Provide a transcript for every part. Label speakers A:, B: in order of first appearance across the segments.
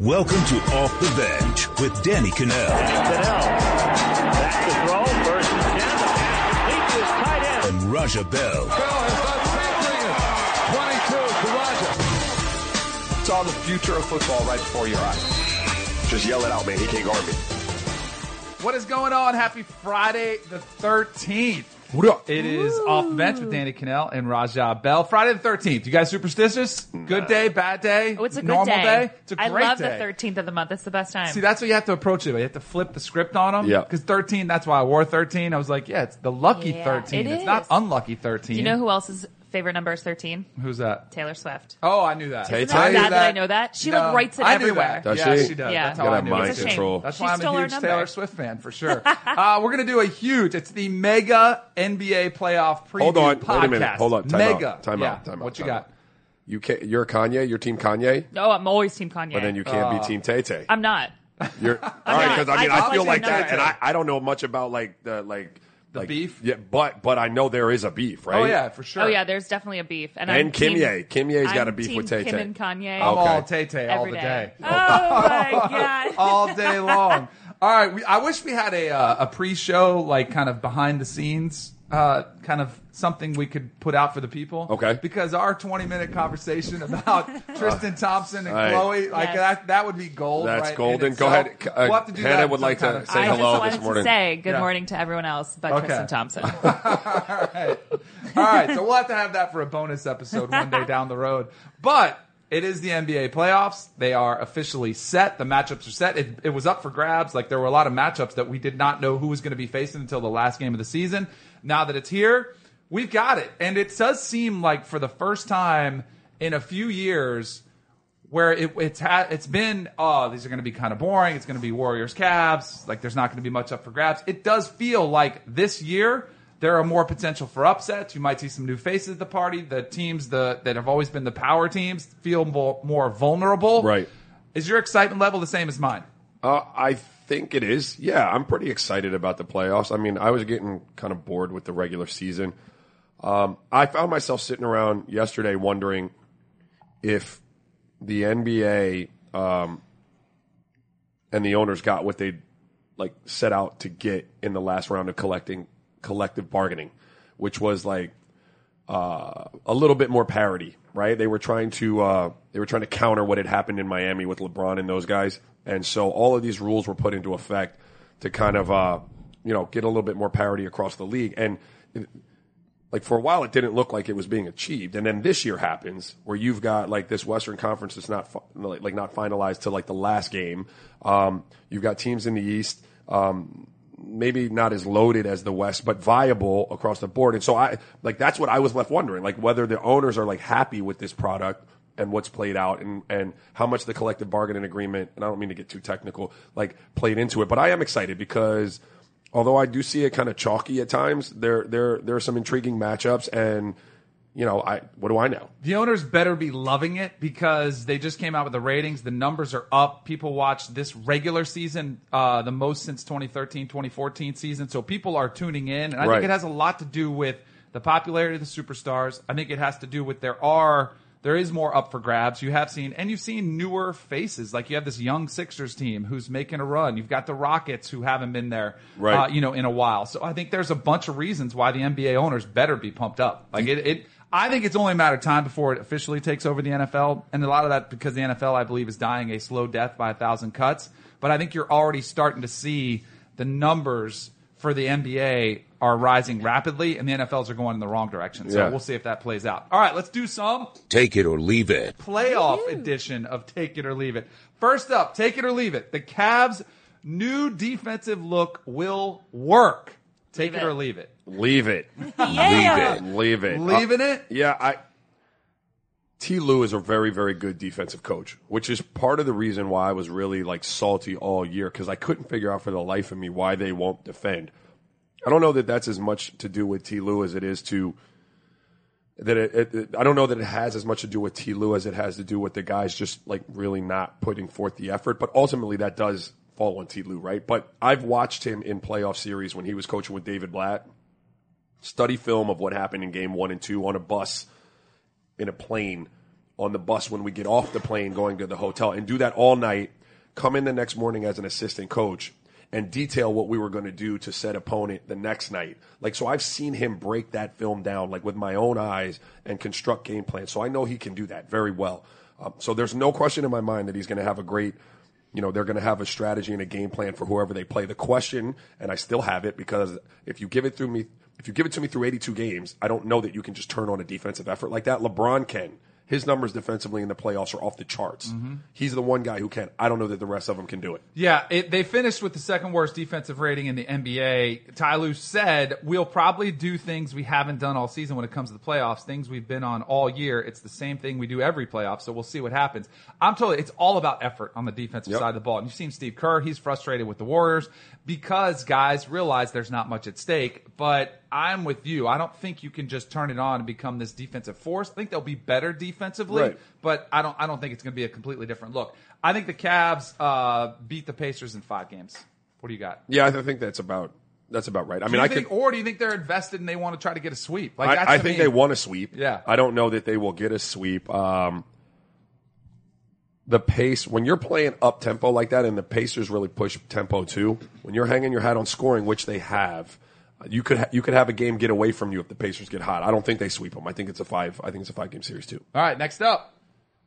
A: Welcome to Off the Bench with Danny Cannell
B: Fidel. Back to throw. First and ten. The pass complete to his tight end.
A: and Raja Bell.
C: Bell has done three things. 22 for Raja.
D: saw the future of football right before your eyes.
E: Just yell it out, man. He can't guard me.
F: What is going on? Happy Friday the 13th.
D: What up?
F: It is off the bench with Danny Cannell and Rajah Bell. Friday the 13th. You guys superstitious? Good day, bad day?
G: Oh, it's a good
F: normal
G: day.
F: It's a
G: I
F: great
G: love
F: day.
G: the 13th of the month. It's the best time.
F: See, that's what you have to approach it. with. You have to flip the script on them.
D: Yeah.
F: Because 13, that's why I wore 13. I was like, yeah, it's the lucky
G: Yeah,
F: 13.
G: it
F: it's not
G: is.
F: unlucky 13.
G: Do you know who else's favorite number is 13?
F: Who's that?
G: Taylor Swift.
F: Oh, I knew that.
D: Tay
G: Isn't that
D: Tay?
G: bad that I know that? She
F: No,
G: like writes it
F: I knew
G: everywhere.
F: That.
D: Does
F: yeah,
D: she?
F: she does.
G: Yeah.
F: That's
G: Gotta
F: how I
D: have
F: knew
D: mind
F: it,
G: It's a
F: too.
G: shame.
D: control.
F: That's
G: She
F: why I'm
G: stole
F: a
G: our
F: huge
G: number.
F: Taylor Swift fan for sure. uh, we're gonna do a huge. It's the mega NBA playoff preview
D: Hold on,
F: podcast.
D: wait a minute, hold on, time out,
F: mega.
D: time
F: yeah.
D: out, time out,
F: What you
D: time
F: got?
D: out. You can't, you're Kanye. Your team Kanye,
G: Oh, I'm always Team Kanye.
D: but then you can't be team Tay Tay.
G: I'm not.
D: You're all right
G: not.
D: because I mean
G: Oh. I
D: I,
G: don't
D: feel
G: like
D: like
G: your
D: that,
G: number.
D: and I, I don't know much about like the like
F: The
D: like-
F: beef?
D: Yeah, but but I know there is a beef, right?
F: Oh yeah, for sure.
G: Oh yeah, there's definitely a beef. And, I'm
D: And
G: team-
D: Kimye, Kimye's got a
G: I'm
D: beef
G: team
D: with Tay
G: Kim
D: Tay.
G: and Kanye.
F: I'm
D: Okay.
F: all Tay Tay all
G: every
F: the day.
G: Oh my god.
F: all day long. All right, we, I wish we had a uh, a pre-show like kind of behind the scenes uh, kind of something we could put out for the people.
D: Okay.
F: Because our 20-minute conversation about Tristan Thompson and
D: all right.
F: Chloe, like
G: Yes.
F: that, that would be gold.
D: That's
F: right, in
D: golden. Go
F: itself.
D: ahead, c- uh,
F: we'll have to do
D: Hannah
F: that
D: would like to
F: sometime.
D: say
G: I just
D: hello
G: wanted
D: this
G: to
D: morning.
G: say good
F: Yeah.
G: morning to everyone else but
F: Okay.
G: Tristan Thompson.
F: All right, so we'll have to have that for a bonus episode one day down the road. But it is the NBA playoffs. They are officially set. The matchups are set. It, it was up for grabs. Like there were a lot of matchups that we did not know who was going to be facing until the last game of the season. Now that it's here, we've got it. And it does seem like for the first time in a few years, where it, it's ha- it's been oh these are going to be kind of boring. It's going to be Warriors Cavs. Like there's not going to be much up for grabs. It does feel like this year there are more potential for upsets. You might see some new faces at the party. The teams the, that have always been the power teams feel more, more vulnerable.
D: Right.
F: Is your excitement level the same as mine?
D: Uh, I think it is. Yeah, I'm pretty excited about the playoffs. I mean, I was getting kind of bored with the regular season. Um, I found myself sitting around yesterday wondering if the NBA um, and the owners got what they like set out to get in the last round of collecting collective bargaining, which was like uh, a little bit more parity, right? They were trying to uh, they were trying to counter what had happened in Miami with LeBron and those guys, and so all of these rules were put into effect to kind of uh, you know get a little bit more parity across the league. And like for a while, it didn't look like it was being achieved, and then this year happens where you've got like this Western Conference that's not fi- like like, not finalized till like the last game. Um, you've got teams in the East. Um, maybe not as loaded as the West, but viable across the board. And so I like that's what I was left wondering, like whether the owners are like happy with this product and what's played out and and how much the collective bargaining agreement and I don't mean to get too technical, like played into it. But I am excited because although I do see it kind of chalky at times, there there there are some intriguing matchups and you know, I what do I know?
F: The owners better be loving it because they just came out with the ratings. The numbers are up. People watched this regular season uh, the most since 2013, 2014 season. So people are tuning in. And I
D: Right.
F: think it has a lot to do with the popularity of the superstars. I think it has to do with there are. There is more up for grabs. You have seen, and you've seen newer faces. Like you have this young Sixers team who's making a run. You've got the Rockets who haven't been there,
D: Right.
F: uh, you know, in a while. So I think there's a bunch of reasons why the NBA owners better be pumped up. Like it, it I think it's only a matter of time before it officially takes over the NFL, and a lot of that because the NFL, I believe, is dying a slow death by a thousand cuts. But I think you're already starting to see the numbers for the NBA are rising rapidly, and the NFLs are going in the wrong direction. So
D: Yeah.
F: we'll see if that plays out. All right, let's do some
A: Take it or leave it.
F: playoff edition of Take It or Leave It. First up, Take It or Leave It. The Cavs' new defensive look will work. Take
G: Leave
F: it, or
G: it.
F: leave it.
D: Leave it.
G: yeah.
A: Leave it.
D: Leave it.
F: Leaving
D: Uh,
F: it?
D: Yeah, I. T. Lou is a very, very good defensive coach, which is part of the reason why I was really like salty all year because I couldn't figure out for the life of me why they won't defend. I don't know that that's as much to do with T. Lou as it is to that. It, it, it- I don't know that it has as much to do with T. Lou as it has to do with the guys just like really not putting forth the effort. But ultimately, that does fall on T. Lou, right? But I've watched him in playoff series when he was coaching with David Blatt study film of what happened in game one and two on a bus in a plane on the bus when we get off the plane going to the hotel and do that all night. Come in the next morning as an assistant coach and detail what we were going to do to set opponent the next night. Like, so I've seen him break that film down, like with my own eyes and construct game plans. So I know he can do that very well. Um, so there's no question in my mind that he's going to have a great you know, they're going to have a strategy and a game plan for whoever they play. The question, and I still have it because if you give it through me, if you give it to me through 82 games, I don't know that you can just turn on a defensive effort like that. LeBron can. His numbers defensively in the playoffs are off the charts.
F: Mm-hmm.
D: He's the one guy who can. I don't know that the rest of them can do it.
F: Yeah, it, they finished with the second worst defensive rating in the NBA. Tyloo said, "We'll probably do things we haven't done all season when it comes to the playoffs. Things we've been on all year. It's the same thing we do every playoff. So we'll see what happens." I'm totally. It's all about effort on the defensive
D: Yep.
F: side of the ball. And you've seen Steve Kerr; he's frustrated with the Warriors because guys realize there's not much at stake. But I'm with you. I don't think you can just turn it on and become this defensive force. I think they'll be better defensively,
D: Right.
F: but I don't. I don't think it's going to be a completely different look. I think the Cavs uh, beat the Pacers in five games. What do you got?
D: Yeah, I th- think that's about that's about right. I
F: Do
D: mean,
F: you
D: I
F: think,
D: could.
F: or do you think they're invested and they want to try to get a sweep? Like that's
D: I, I
F: to
D: think
F: me-
D: they want a sweep.
F: Yeah.
D: I don't know that they will get a sweep. Um, the pace when you're playing up tempo like that, and the Pacers really push tempo too. When you're hanging your hat on scoring, which they have, you could ha- you could have a game get away from you if the Pacers get hot. I don't think they sweep them. I think it's a five. I think it's a five game series too.
F: All right, next up.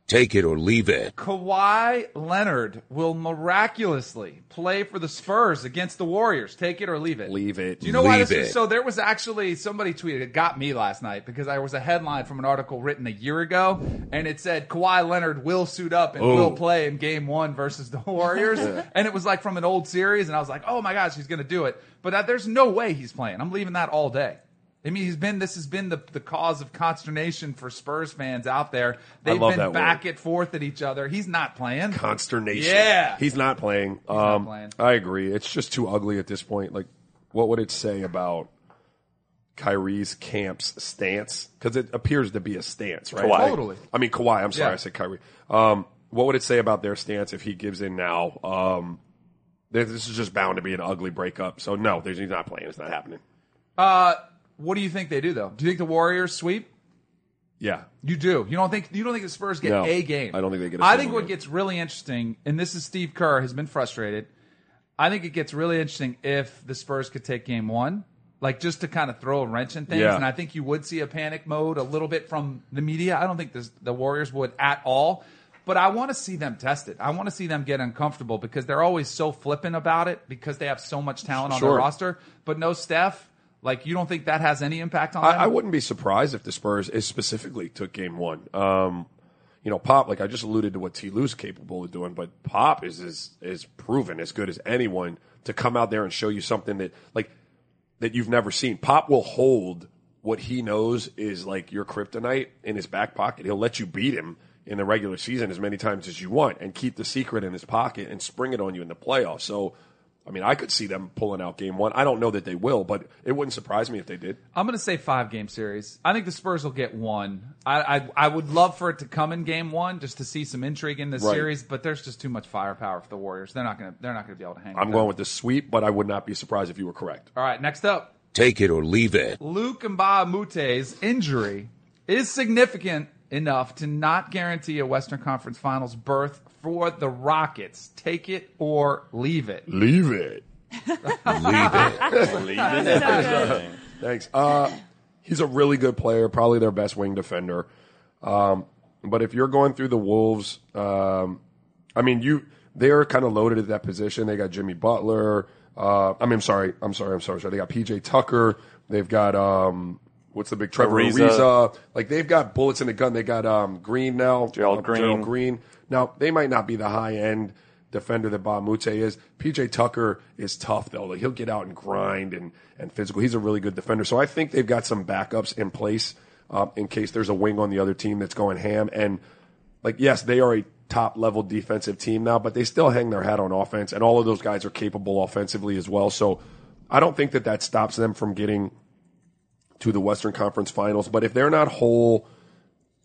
A: Take it or leave it.
F: Kawhi Leonard will miraculously play for the Spurs against the Warriors. Take it or leave it.
D: Leave it.
F: Do you know why
A: Leave
F: this is
A: it.
F: so? There was actually somebody tweeted it got me last night because there was a headline from an article written a year ago, and it said Kawhi Leonard will suit up and
D: Oh.
F: will play in Game One versus the Warriors, and it was like from an old series, and I was like, oh my gosh, he's going to do it. But that, there's no way he's playing. I'm leaving that all day. I mean, he's been. This has been the, the cause of consternation for Spurs fans out there. They've
D: love
F: been
D: that word.
F: back at forth at each other. He's not playing.
D: consternation.
F: Yeah.
D: he's not playing.
F: not
D: um,
F: playing.
D: I agree. It's just too ugly at this point. Like, what would it say about Kyrie's camp's stance? Because it appears to be a stance, right?
E: Kawhi.
D: Like-
F: Totally.
D: I mean, Kawhi. I'm sorry,
F: Yeah.
D: I said Kyrie. Um, what would it say about their stance if he gives in now? Um, this this is just bound to be an ugly breakup. So no, there's, he's not playing. It's not happening.
F: Uh, what do you think they do though? Do you think the Warriors sweep?
D: Yeah,
F: You do. You don't think you don't think the Spurs get
D: No,
F: a game.
D: I don't think they get a
F: I
D: single
F: think what
D: game.
F: gets really interesting, and this is Steve Kerr has been frustrated. I think it gets really interesting if the Spurs could take game one, like just to kind of throw a wrench in things.
D: Yeah.
F: And I think you would see a panic mode a little bit from the media. I don't think this, the Warriors would at all, but I want to see them tested. I want to see them get uncomfortable because they're always so flippant about it because they have so much talent on
D: Sure.
F: their roster, but no Steph. Like you don't think that has any impact on them?
D: I, I wouldn't be surprised if the Spurs is specifically took game one. Um, you know, Pop, like I just alluded to what T Lou's capable of doing, but Pop is, is is proven as good as anyone to come out there and show you something that like that you've never seen. Pop will hold what he knows is like your kryptonite in his back pocket. He'll let you beat him in the regular season as many times as you want and keep the secret in his pocket and spring it on you in the playoffs. So I mean, I could see them pulling out game one. I don't know that they will, but it wouldn't surprise me if they did.
F: I'm going to say five game series. I think the Spurs will get one. I, I I would love for it to come in game one just to see some intrigue in this
D: Right.
F: series, but there's just too much firepower for the Warriors. They're not going to they're not going to be able to hang.
D: I'm
F: with
D: going
F: them.
D: with the sweep, but I would not be surprised if you were correct.
F: All right, next up,
H: Take it or leave it.
F: Luke Mbamute's injury is significant enough to not guarantee a Western Conference Finals berth for the Rockets. Take it or leave it.
D: Leave it.
H: Leave it.
D: Thanks. Uh, he's a really good player, probably their best wing defender. Um, but if you're going through the Wolves, um, I mean, you they are kind of loaded at that position. They got Jimmy Butler. Uh, I mean, I'm sorry, I'm sorry, I'm sorry, sorry. They got PJ Tucker. They've got um, what's the big Trevor
E: Ariza.
D: Ariza. Like they've got bullets in the gun. They got um, Green now.
E: Gerald
D: Uh,
E: Green.
D: Gerald Green. Now they might not be the high end defender that Bob Mute is. PJ Tucker is tough though. Like he'll get out and grind and and physical. He's a really good defender. So I think they've got some backups in place um, in case there's a wing on the other team that's going ham. And like yes, they are a top level defensive team now, but they still hang their hat on offense. And all of those guys are capable offensively as well. So I don't think that that stops them from getting to the Western Conference Finals. But if they're not whole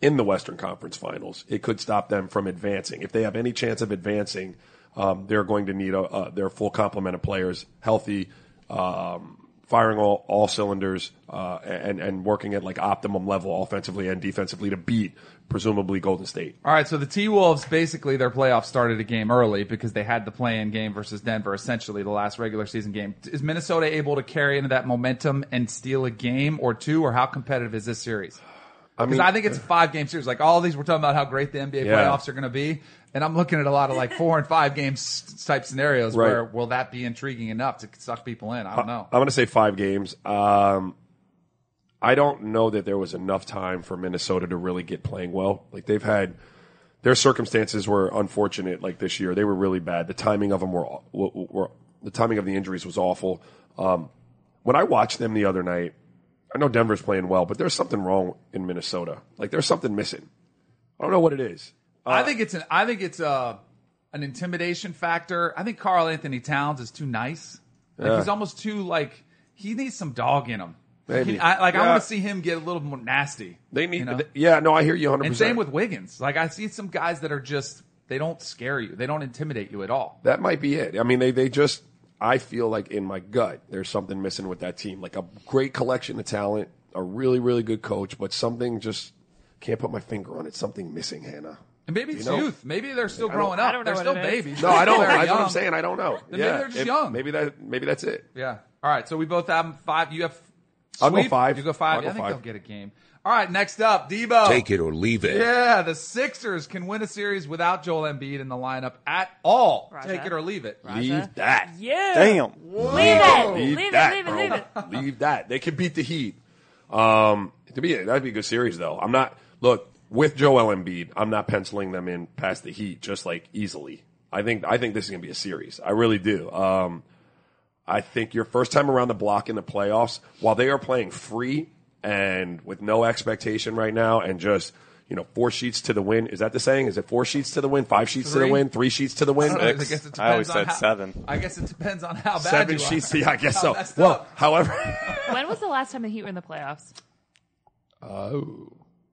D: in the Western Conference Finals, it could stop them from advancing. If they have any chance of advancing, um, they're going to need a, uh, their full complement of players, healthy, um, firing all, all cylinders, uh, and and working at like optimum level offensively and defensively to beat presumably Golden State.
F: All right, so the T Wolves basically their playoffs started a game early because they had the play-in game versus Denver, essentially the last regular season game. Is Minnesota able to carry into that momentum and steal a game or two, or how competitive is this series?
D: I
F: Because I think it's a five-game series. Like all these, we're talking about how great the NBA
D: Yeah.
F: playoffs are going to be, and I'm looking at a lot of like four and five game s- type scenarios
D: Right.
F: where will that be intriguing enough to suck people in? I don't know.
D: I'm going to say five games. Um, I don't know that there was enough time for Minnesota to really get playing well. Like they've had their circumstances were unfortunate. Like this year, they were really bad. The timing of them were, aw- were, were the timing of the injuries was awful. Um, when I watched them the other night, I know Denver's playing well, but there's something wrong in Minnesota. Like there's something missing. I don't know what it is.
F: I think it's an I think it's a an intimidation factor. I think Carl Anthony Towns is too nice. Like he's almost too like he needs some dog in him. Like,
D: Maybe.
F: he- I, like I
D: Yeah.
F: want to see him get a little more nasty.
D: They need.
F: you know?
D: th- yeah, no, I hear you 100.
F: and
D: percent
F: same with Wiggins. Like I see some guys that are just they don't scare you. They don't intimidate you at all.
D: That might be it. I mean, they they just I feel like in my gut there's something missing with that team. Like a great collection of talent, a really really good coach, but something just can't put my finger on it. Something missing, Hannah.
F: And maybe it's
D: know?
F: youth. Maybe they're still
D: don't-
F: growing
G: I
F: up.
G: don't know
F: They're still
G: what it is.
F: babies.
D: No, I don't.
F: They're
D: That's what
F: young.
D: I'm saying. I don't know.
F: maybe they're just
D: If-
F: young.
D: Maybe that maybe that's it.
F: Yeah. All right. So we both have five. You have.
D: I'll go
F: sweep.
D: five.
F: You go five.
D: I'll go
F: I think
D: five.
F: they'll get a game. All right. Next up, Debo.
H: Take it or leave it.
F: Yeah, the Sixers can win a series without Joel Embiid in the lineup at all.
G: Roger.
F: Take it or leave it.
D: Leave that.
G: Yeah.
I: Damn.
G: Leave it.
D: Leave
G: Leave it.
D: that.
G: Leave it.
D: bro.
G: Leave it.
D: Leave that. They could beat the Heat. Um, to be that'd be a good series though. I'm not look with Joel Embiid. I'm not penciling them in past the Heat just like easily. I think I think this is gonna be a series. I really do. Um, I think your first time around the block in the playoffs, while they are playing free and with no expectation right now, and just you know four sheets to the win. Is that the saying? Is it four sheets to the win, five sheets to
F: Three.
D: the win, three sheets to the
F: I
D: win?
F: don't know, 'cause I guess it
I: I always
F: depends
I: said
F: on how-
I: seven.
F: I guess it depends on how bad
D: Seven
F: you are.
D: sheets. Yeah, I guess
F: How
D: so.
F: messed
D: Well,
F: up.
D: however.
G: When was the last time the Heat were in the playoffs?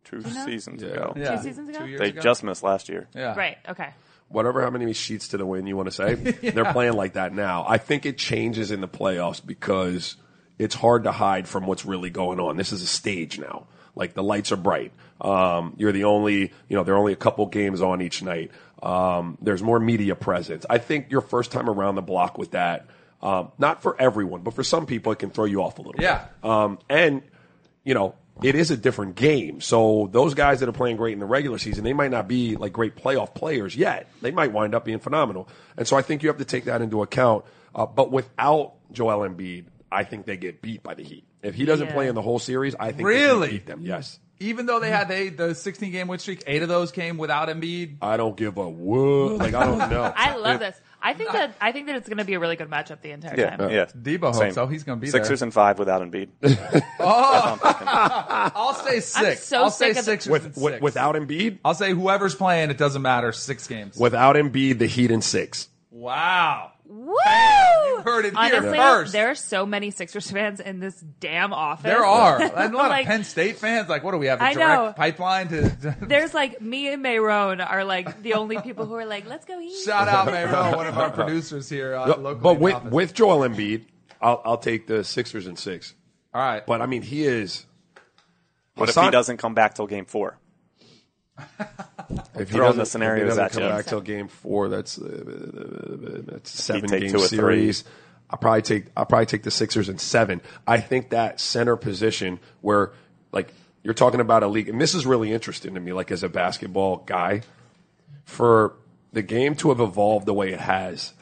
I: Two
G: know?
I: seasons ago.
F: Yeah.
G: Two seasons ago?
F: Two years
I: They
F: ago.
I: just missed last year.
F: yeah.
G: Right. Okay.
D: whatever how many sheets to the win you want to say, they're playing like that now. I think it changes in the playoffs because it's hard to hide from what's really going on. This is a stage now. Like the lights are bright. Um, you're the only, you know, there are only a couple games on each night. Um, there's more media presence. I think your first time around the block with that, um, not for everyone, but for some people, it can throw you off a little
F: Yeah.
D: bit. Um, and, you know, it is a different game. So those guys that are playing great in the regular season, they might not be like great playoff players yet. They might wind up being phenomenal. And so I think you have to take that into account. Uh, but without Joel Embiid, I think they get beat by the Heat. If he doesn't
G: Yeah.
D: play in the whole series, I think
F: Really?
D: they beat them. Yes.
F: Even though they had they, the 16 game win streak, eight of those came without Embiid.
D: I don't give a whoop. Like I don't know.
G: I love this. I think that I think that it's going to be a really good matchup the entire
I: Yeah.
G: time.
I: yeah.
F: Debo hopes
I: Same.
F: so. He's gonna be there.
I: Sixers and five without Embiid. oh.
F: I'll say 6
G: so
F: I'll say
G: sick of the-
F: Sixers and
D: with,
F: six.
D: with, without Embiid,
F: I'll say whoever's playing, it doesn't matter. Six games.
D: without Embiid, the Heat in six.
F: wow.
G: Woo!
F: you heard it here
G: Honestly,
F: first.
G: there are so many Sixers fans in this damn office.
F: There are a lot
G: Like-
F: of Penn State fans. Like, what do we have? A
G: I
F: direct
G: know.
F: pipeline to
G: There's like me and Mayron are like the only people who are like, let's go eat.
F: Shout out Mayro, one of our producers here. Uh, locally in
D: but
F: the
D: with
F: office.
D: with Joel Embiid, I'll, I'll take the Sixers in six.
F: all right,
D: But I mean, he is.
I: What if he
D: Hassan-
I: doesn't come back till game four?
D: If
I: throwing
D: doesn't-
I: the
D: if
I: scenarios
D: doesn't
I: at
D: come
I: you.
D: back till game four, that's uh, that's a seven
I: take
D: game
I: two or three.
D: series. I probably take I probably take the Sixers in seven. I think that center position where like you're talking about a league, and this is really interesting to me, like as a basketball guy, for the game to have evolved the way it has,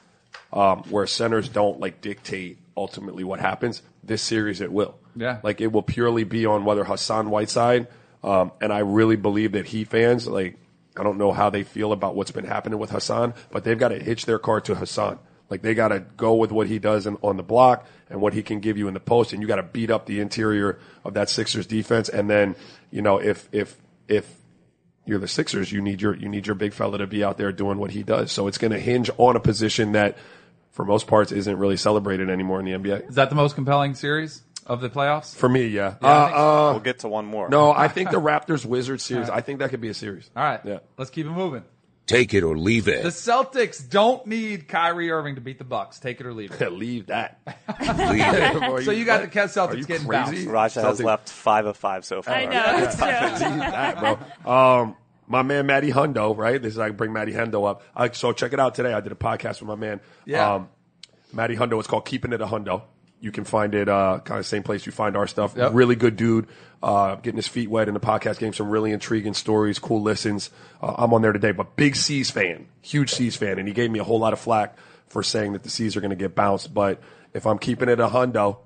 D: um, where centers don't like dictate ultimately what happens. This series, it will.
F: Yeah.
D: like it will purely be on whether Hassan Whiteside. Um, and I really believe that he fans like I don't know how they feel about what's been happening with Hassan, but they've got to hitch their car to Hassan. Like they got to go with what he does in, on the block and what he can give you in the post, and you got to beat up the interior of that Sixers defense. And then you know if if if you're the Sixers. You need your you need your big fella to be out there doing what he does. So it's going to hinge on a position that, for most parts, isn't really celebrated anymore in the NBA.
F: is that the most compelling series of the playoffs?
D: For me, yeah.
F: I
D: uh,
F: think so.
D: uh,
I: We'll get to one more.
D: no, I think the Raptors Wizards series. I think that could be a series.
F: All right,
D: Yeah.
F: let's keep it moving.
H: Take it or leave it.
F: The Celtics don't need Kyrie Irving to beat the Bucks. Take it or leave it.
D: Leave that.
H: leave it.
F: So you got the Cavs Celtics
D: Are you
F: getting
D: crazy?
F: bounced.
I: Raja has
D: Celtics-
I: left five of five so far.
G: I know. it's true.
D: that, bro. Um, my man Matty Hundo, right? This is I bring Matty Hundo up. I, so check it out today. I did a podcast with my man.
F: Yeah.
D: Um, Matty Hundo. It's called Keeping It a Hundo. You can find it uh, kind of same place you find our stuff.
F: Yep.
D: Really good dude. Uh, getting his feet wet in the podcast game. Some really intriguing stories, cool listens. Uh, I'm on there today, but big C's fan, huge C's fan, and he gave me a whole lot of flack for saying that the C's are going to get bounced. But if I'm keeping it a Hundo,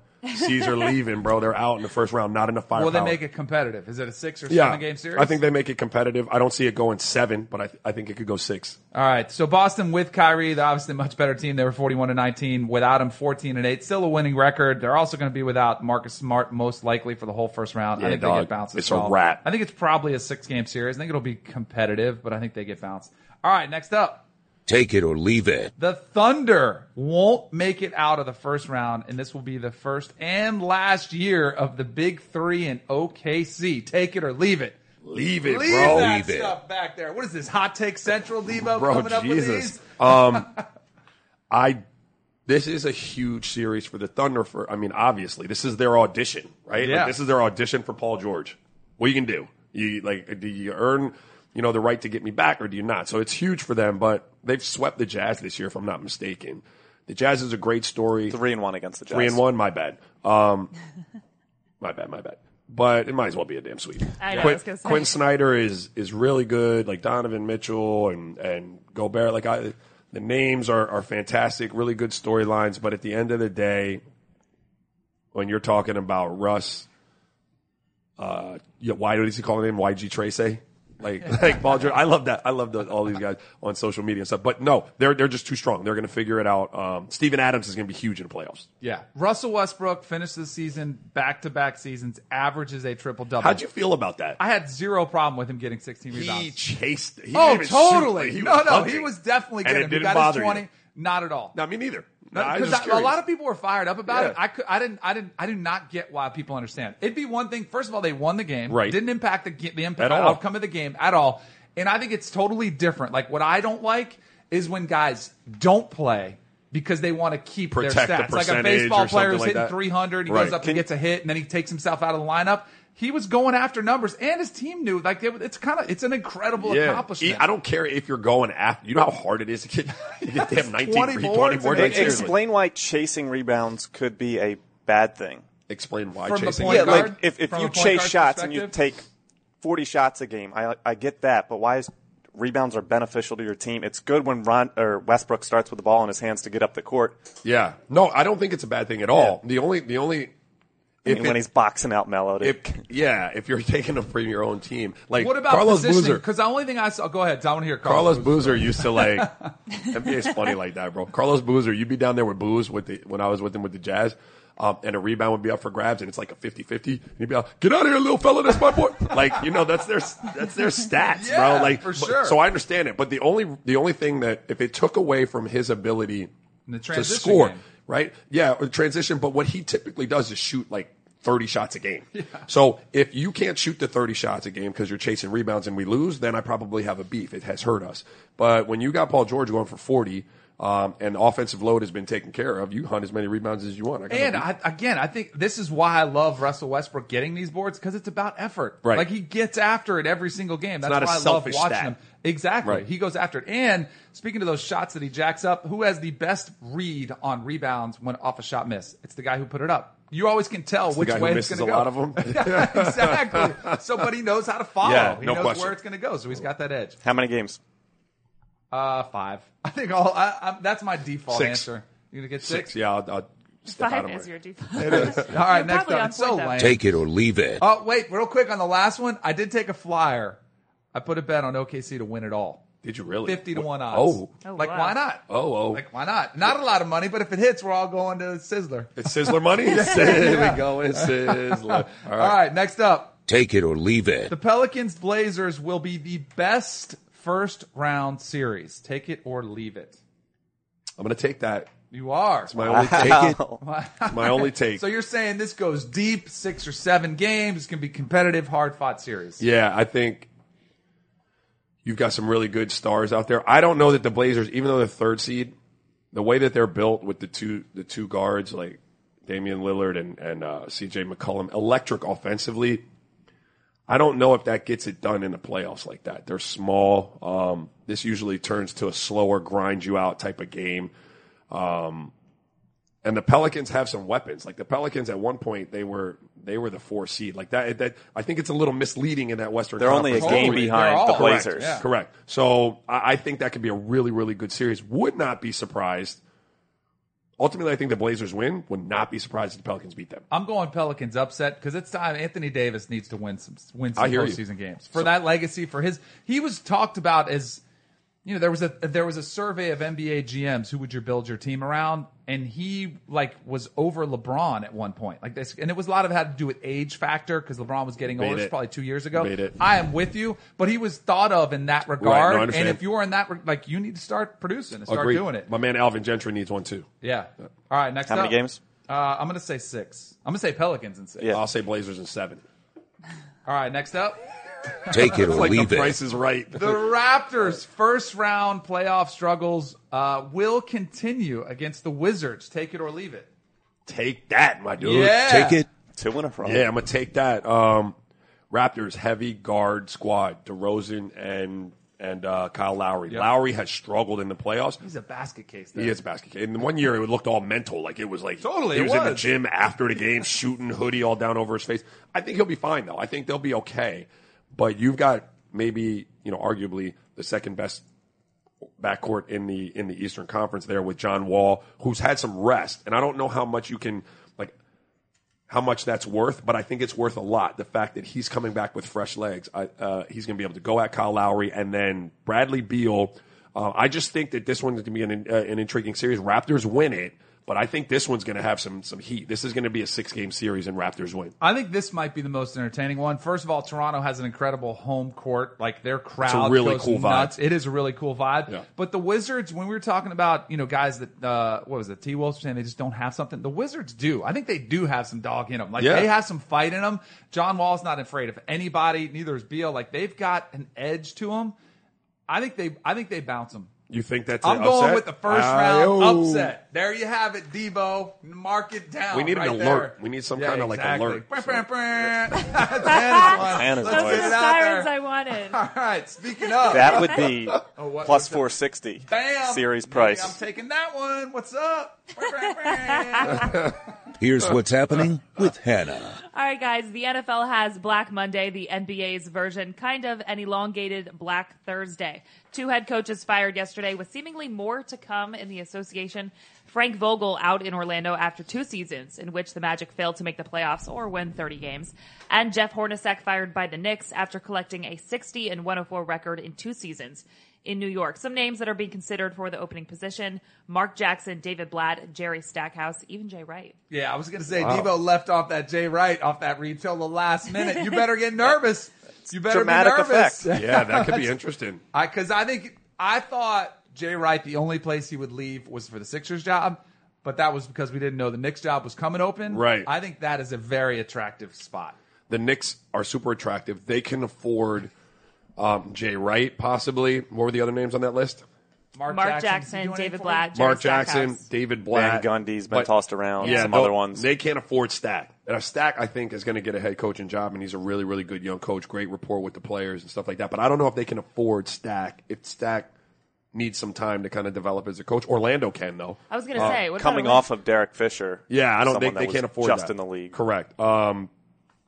D: C's are leaving, bro. They're out in the first round, not in the firepower.
F: Will they make it competitive? Is it a six or seven
D: Yeah,
F: game series?
D: I think they make it competitive. I don't see it going seven, but I, th- I think it could go six.
F: All right. So Boston with Kyrie, they're obviously a much better team. They were 41 to 19. Without him, 14 and 8. Still a winning record. They're also going to be without Marcus Smart, most likely for the whole first round. I
D: Yeah,
F: think they
D: dog.
F: get bounced. as
D: It's a
F: well.
D: wrap.
F: I think it's probably a six game series. I think it'll be competitive, but I think they get bounced. All right. Next up,
H: Take it or leave it.
F: the Thunder won't make it out of the first round, and this will be the first and last year of the Big Three in OKC. Take it or leave it.
D: Leave it,
F: Leave
D: bro.
F: that
H: Leave it.
F: stuff back there. What is this? Hot Take Central, Debo coming
D: bro,
F: up with these?
D: Jesus. Um, I. This is a huge series for the Thunder. For I mean, obviously, this is their audition, right?
F: Yeah.
D: Like, this is their audition for Paul George. What you can do? You like? Do you earn, you know, the right to get me back, or do you not? So it's huge for them. But they've swept the Jazz this year, if I'm not mistaken. The Jazz is a great story.
I: Three and one against the Jazz.
D: Three and one, my bad. Um, my bad, my bad. But it might as well be a damn sweep.
G: I know, I
D: Quin,
G: was gonna say.
D: Quinn Snyder is is really good. Like Donovan Mitchell and and Gobert. Like I, the names are are fantastic. Really good storylines. But at the end of the day, when you're talking about Russ, uh, yeah, why does he call him YG Tracy? Like, like Paul George. I love that. I love those, all these guys on social media and stuff. But no, they're they're just too strong. They're going to figure it out. Um, Steven Adams is going to be huge in the playoffs.
F: Yeah. Russell Westbrook finished the season back to back seasons, averages a triple double.
D: How'd you feel about that?
F: I had zero problem with him getting 16
D: he
F: rebounds.
D: chased. He
F: oh,
D: didn't even
F: totally.
D: shoot, but he
F: no,
D: was
F: no, he
D: hunting.
F: was definitely
D: And
F: getting
D: it
F: him.
D: didn't
F: he got
D: bother
F: his
D: you.
F: 20. Not at all.
D: No, me neither. No, I was
F: Because
D: just
F: a
D: curious.
F: lot of people were fired up about it.
D: Yeah.
F: I, could, I didn't, I didn't, I do not get why people understand. It'd be one thing. First of all, they won the game.
D: Right.
F: Didn't impact the, ge- the impact
D: At all.
F: outcome of the game at all. And I think it's totally different. Like what I don't like is when guys don't play because they want to keep
D: Protect the
F: their stats. like a
D: percentage
F: baseball
D: or
F: player
D: something
F: who's
D: like
F: hitting
D: that.
F: 300, he
D: Right.
F: goes up
D: Can
F: and gets a hit, and then he takes himself out of the lineup. He was going after numbers, and his team knew. Like it, it's kind of, it's an incredible accomplishment.
D: He- I don't care if you're going after. You know how hard it is to get, to get damn 19
F: 20
D: 20
F: boards
D: boards.
F: and
D: like,
F: Right,
I: Explain
D: seriously.
I: why chasing rebounds could be a bad thing.
D: Explain why
F: From the
D: chasing.
F: point
I: Yeah,
D: it.
F: guard?
I: like if, if
F: From a
I: you
F: point
I: chase
F: guard's
I: shots and you
F: perspective?
I: take forty shots a game, I I get that, but why is rebounds are beneficial to your team? It's good when Ron or Westbrook starts with the ball in his hands to get up the court.
D: yeah. No, I don't think it's a bad thing at all. The only, the only,
I: I
D: if
I: mean, when
D: it-
I: he's boxing out Melo, to-
D: if yeah, if you're taking them from your own team, like
F: What about
D: Carlos
F: positioning?
D: Boozer?
F: Because the only thing I saw, go ahead, I want to hear Carlos.
D: Carlos Boozer used to like NBA's funny like that, bro. Carlos Boozer, you'd be down there with Booze with the when I was with him with the Jazz, um, and a rebound would be up for grabs, and it's like a 50-50. And he'd be like, "Get out of here, little fella, that's my boy." like you know, that's their that's their stats,
F: Yeah,
D: bro. Like
F: for
D: but-
F: sure.
D: So I understand it, but the only the only thing that if it took away from his ability
F: the
D: to
F: transition
D: score,
F: game.
D: right? Yeah, or transition. But what he typically does is shoot like 30 shots a game. So if you can't shoot the 30 shots a game because you're chasing rebounds and we lose, then I probably have a beef. It has hurt us. But when you got Paul George going for 40, um, and the offensive load has been taken care of, you hunt as many rebounds as you want. I got no
F: And
D: beef.
F: I, again, I think this is why I love Russell Westbrook getting these boards because it's about effort.
D: Right.
F: Like he gets after it every single game. That's
D: not a
F: why I love
D: selfish
F: watching
D: stat.
F: him. Exactly.
D: Right.
F: He goes after it. And speaking to those shots that he jacks up, who has the best read on rebounds when off a shot miss? It's the guy who put it up. You always can tell
D: the
F: which
D: guy who
F: way it's
D: misses
F: going to
D: a
F: go.
D: lot of 'em.
F: yeah, exactly. So, but he knows how to follow.
D: Yeah,
F: he
D: no
F: knows
D: question.
F: where it's going to go. So he's got that edge.
I: how many games?
F: Uh, five. I think all. I, I, that's my default
D: Six.
F: answer. You're gonna get six.
D: six, yeah, I'll, I'll step out
G: Five
D: of my-
G: is your default.
F: All right, next
G: probably
F: up.
G: on
F: It's so
G: point, though.
F: lame.
H: Take it or leave it.
F: Oh, wait, real quick on the last one. I did take a flyer. I put a bet on OKC to win it all.
D: Did you really?
F: 50 to 1 odds.
D: Oh,
G: Oh,
F: like,
G: wow.
F: why not?
D: oh, oh.
F: Like, why not? Not a lot of money, but if it hits, we're all going to Sizzler.
D: it's Sizzler money? there we go. It's Sizzler. All
F: All
D: right.
F: right, next up.
H: Take it or leave it.
F: The Pelicans Blazers will be the best first round series. Take it or leave it.
D: I'm going to take that.
F: You are.
D: It's my only take. It's my only take.
F: So you're saying this goes deep, six or seven games. It's going to be competitive, hard fought series.
D: Yeah, I think You've got some really good stars out there. I don't know that the Blazers, even though they're third seed, the way that they're built with the two the two guards like Damian Lillard and and uh, C.J. McCollum, electric offensively. I don't know if that gets it done in the playoffs like that. They're small. Um, this usually turns to a slower grind you out type of game. Um, And the Pelicans have some weapons. Like the Pelicans, at one point, they were they were the four seed. Like that. That I think it's a little misleading in that Western.
I: They're only a
D: Conference.
I: game
F: Totally. They're
I: behind
F: all
I: the
F: correct,
I: Blazers.
F: yeah.
D: Correct. So I, I think that could be a really, really good series. Would not be surprised. Ultimately, I think the Blazers win. Would not be surprised if the Pelicans beat them.
F: I'm going Pelicans upset because it's time. Anthony Davis needs to win some win some
D: I hear you.
F: postseason games for that legacy. For his, he was talked about as you know there was a there was a survey of NBA GMs who would you build your team around, and he like was over LeBron at one point like this, and it was a lot of it had to do with age factor because LeBron was getting
D: Made
F: older. It's
D: it.
F: probably two years ago.
D: Made it.
F: I am with you, but he was thought of in that
D: I
F: regard, and
D: understand.
F: if you are in that re- like you need to start producing and start
D: Agreed.
F: doing it.
D: My man Alvin Gentry needs one too.
F: Yeah. All right. Next
I: How many
F: up.
I: games?
F: Uh, I'm gonna say six. I'm gonna say Pelicans in six.
I: Yeah.
D: I'll say Blazers in seven.
F: All right, next up,
H: Take it or
D: Like
H: leave
D: the
H: it.
D: Price is Right.
F: the Raptors' first round playoff struggles uh, will continue against the Wizards. Take it or leave it.
D: Take that, my dude.
F: Yeah.
H: Take it.
I: Two in a row.
D: Yeah, I'm gonna take that. Um, Raptors heavy guard squad: DeRozan and and uh, Kyle Lowry. Lowry has struggled in the playoffs.
F: He's a basket case. There.
D: He is a basket. case. And one year it looked all mental, like it was like
F: Totally,
D: He
F: it
D: was, in the
F: was.
D: gym after the game, shooting hoodie all down over his face. I think he'll be fine though. I think they'll be okay. But you've got maybe you know arguably the second best backcourt in the in the Eastern Conference there with John Wall, who's had some rest, and I don't know how much you can like how much that's worth, but I think it's worth a lot. The fact that he's coming back with fresh legs, I, uh, he's going to be able to go at Kyle Lowry and then Bradley Beal. Uh, I just think that this one's going to be an, uh, an intriguing series. Raptors win it, but I think this one's going to have some some heat. This is going to be a six game series, and Raptors win.
F: I think this might be the most entertaining one. First of all, Toronto has an incredible home court. Like their crowd
D: really
F: goes
D: cool vibe.
F: nuts. It is a really cool vibe.
D: Yeah.
F: But the Wizards, when we were talking about you know guys that uh, what was it? T. Wolves saying they just don't have something. The Wizards do. I think they do have some dog in them. Like
D: Yeah.
F: they have some fight in them. John Wall's not afraid of anybody. Neither is Beal. Like they've got an edge to them. I think they. I think they bounce them.
D: You think that's?
F: I'm
D: an
F: going
D: upset?
F: with the first round
D: Ayo.
F: upset. There you have it, Debo. Mark it down.
D: We need an
F: right
D: alert.
F: there.
D: We need some kinda, like, alert.
F: Brr, brr, brr.
I: Man, is like-
F: Let's get it
G: Those are
F: out
G: sirens
F: there.
G: I wanted.
F: All right. Speaking of,
I: That would be
D: Oh,
F: what-
I: plus
F: what's that?
I: 460
F: bam,
I: series
F: Maybe
I: price.
F: I'm taking that one. What's up? Brr, brr, brr.
H: Here's what's happening with Hannah.
G: All right, guys. The NFL has Black Monday, the NBA's version, kind of an elongated Black Thursday. Two head coaches fired yesterday, with seemingly more to come in the association. Frank Vogel out in Orlando after two seasons in which the Magic failed to make the playoffs or win 30 games, and Jeff Hornacek fired by the Knicks after collecting a 60 and 104 record in two seasons in New York. Some names that are being considered for the opening position: Mark Jackson, David Blatt, Jerry Stackhouse, even Jay Wright.
F: yeah, I was gonna say Debo left off that Jay Wright off that read till the last minute. You better get nervous. You better
I: Dramatic
F: be nervous.
I: effect.
D: Yeah, that could be interesting.
F: I because I think I thought Jay Wright the only place he would leave was for the Sixers job, but that was because we didn't know the Knicks job was coming open.
D: Right.
F: I think that is a very attractive spot.
D: the Knicks are super attractive. They can afford um, Jay Wright, possibly. What were the other names on that list?
G: Mark
F: can you
G: Jackson,
F: do anything
G: David
F: for
G: Blatt,
F: me?
G: Jerry
D: Mark Jackson,
G: Stackhouse.
D: David
I: Van
D: Blatt.
I: Gundy's been
D: But-
I: tossed around.
D: Yeah,
I: some
D: no,
I: other ones.
D: They can't afford Stack. And Stack, I think, is going to get a head coaching job, and he's a really, really good young coach. Great rapport with the players and stuff like that. But I don't know if they can afford Stack. If Stack needs some time to kind of develop as a coach, Orlando can though.
G: I was going to say, what
I: uh, Coming
G: about
I: off of Derek Fisher.
D: Yeah, I don't
I: someone
D: think
I: that
D: they
I: was
D: can't afford
I: just
D: that.
I: in the league.
D: Correct. Um,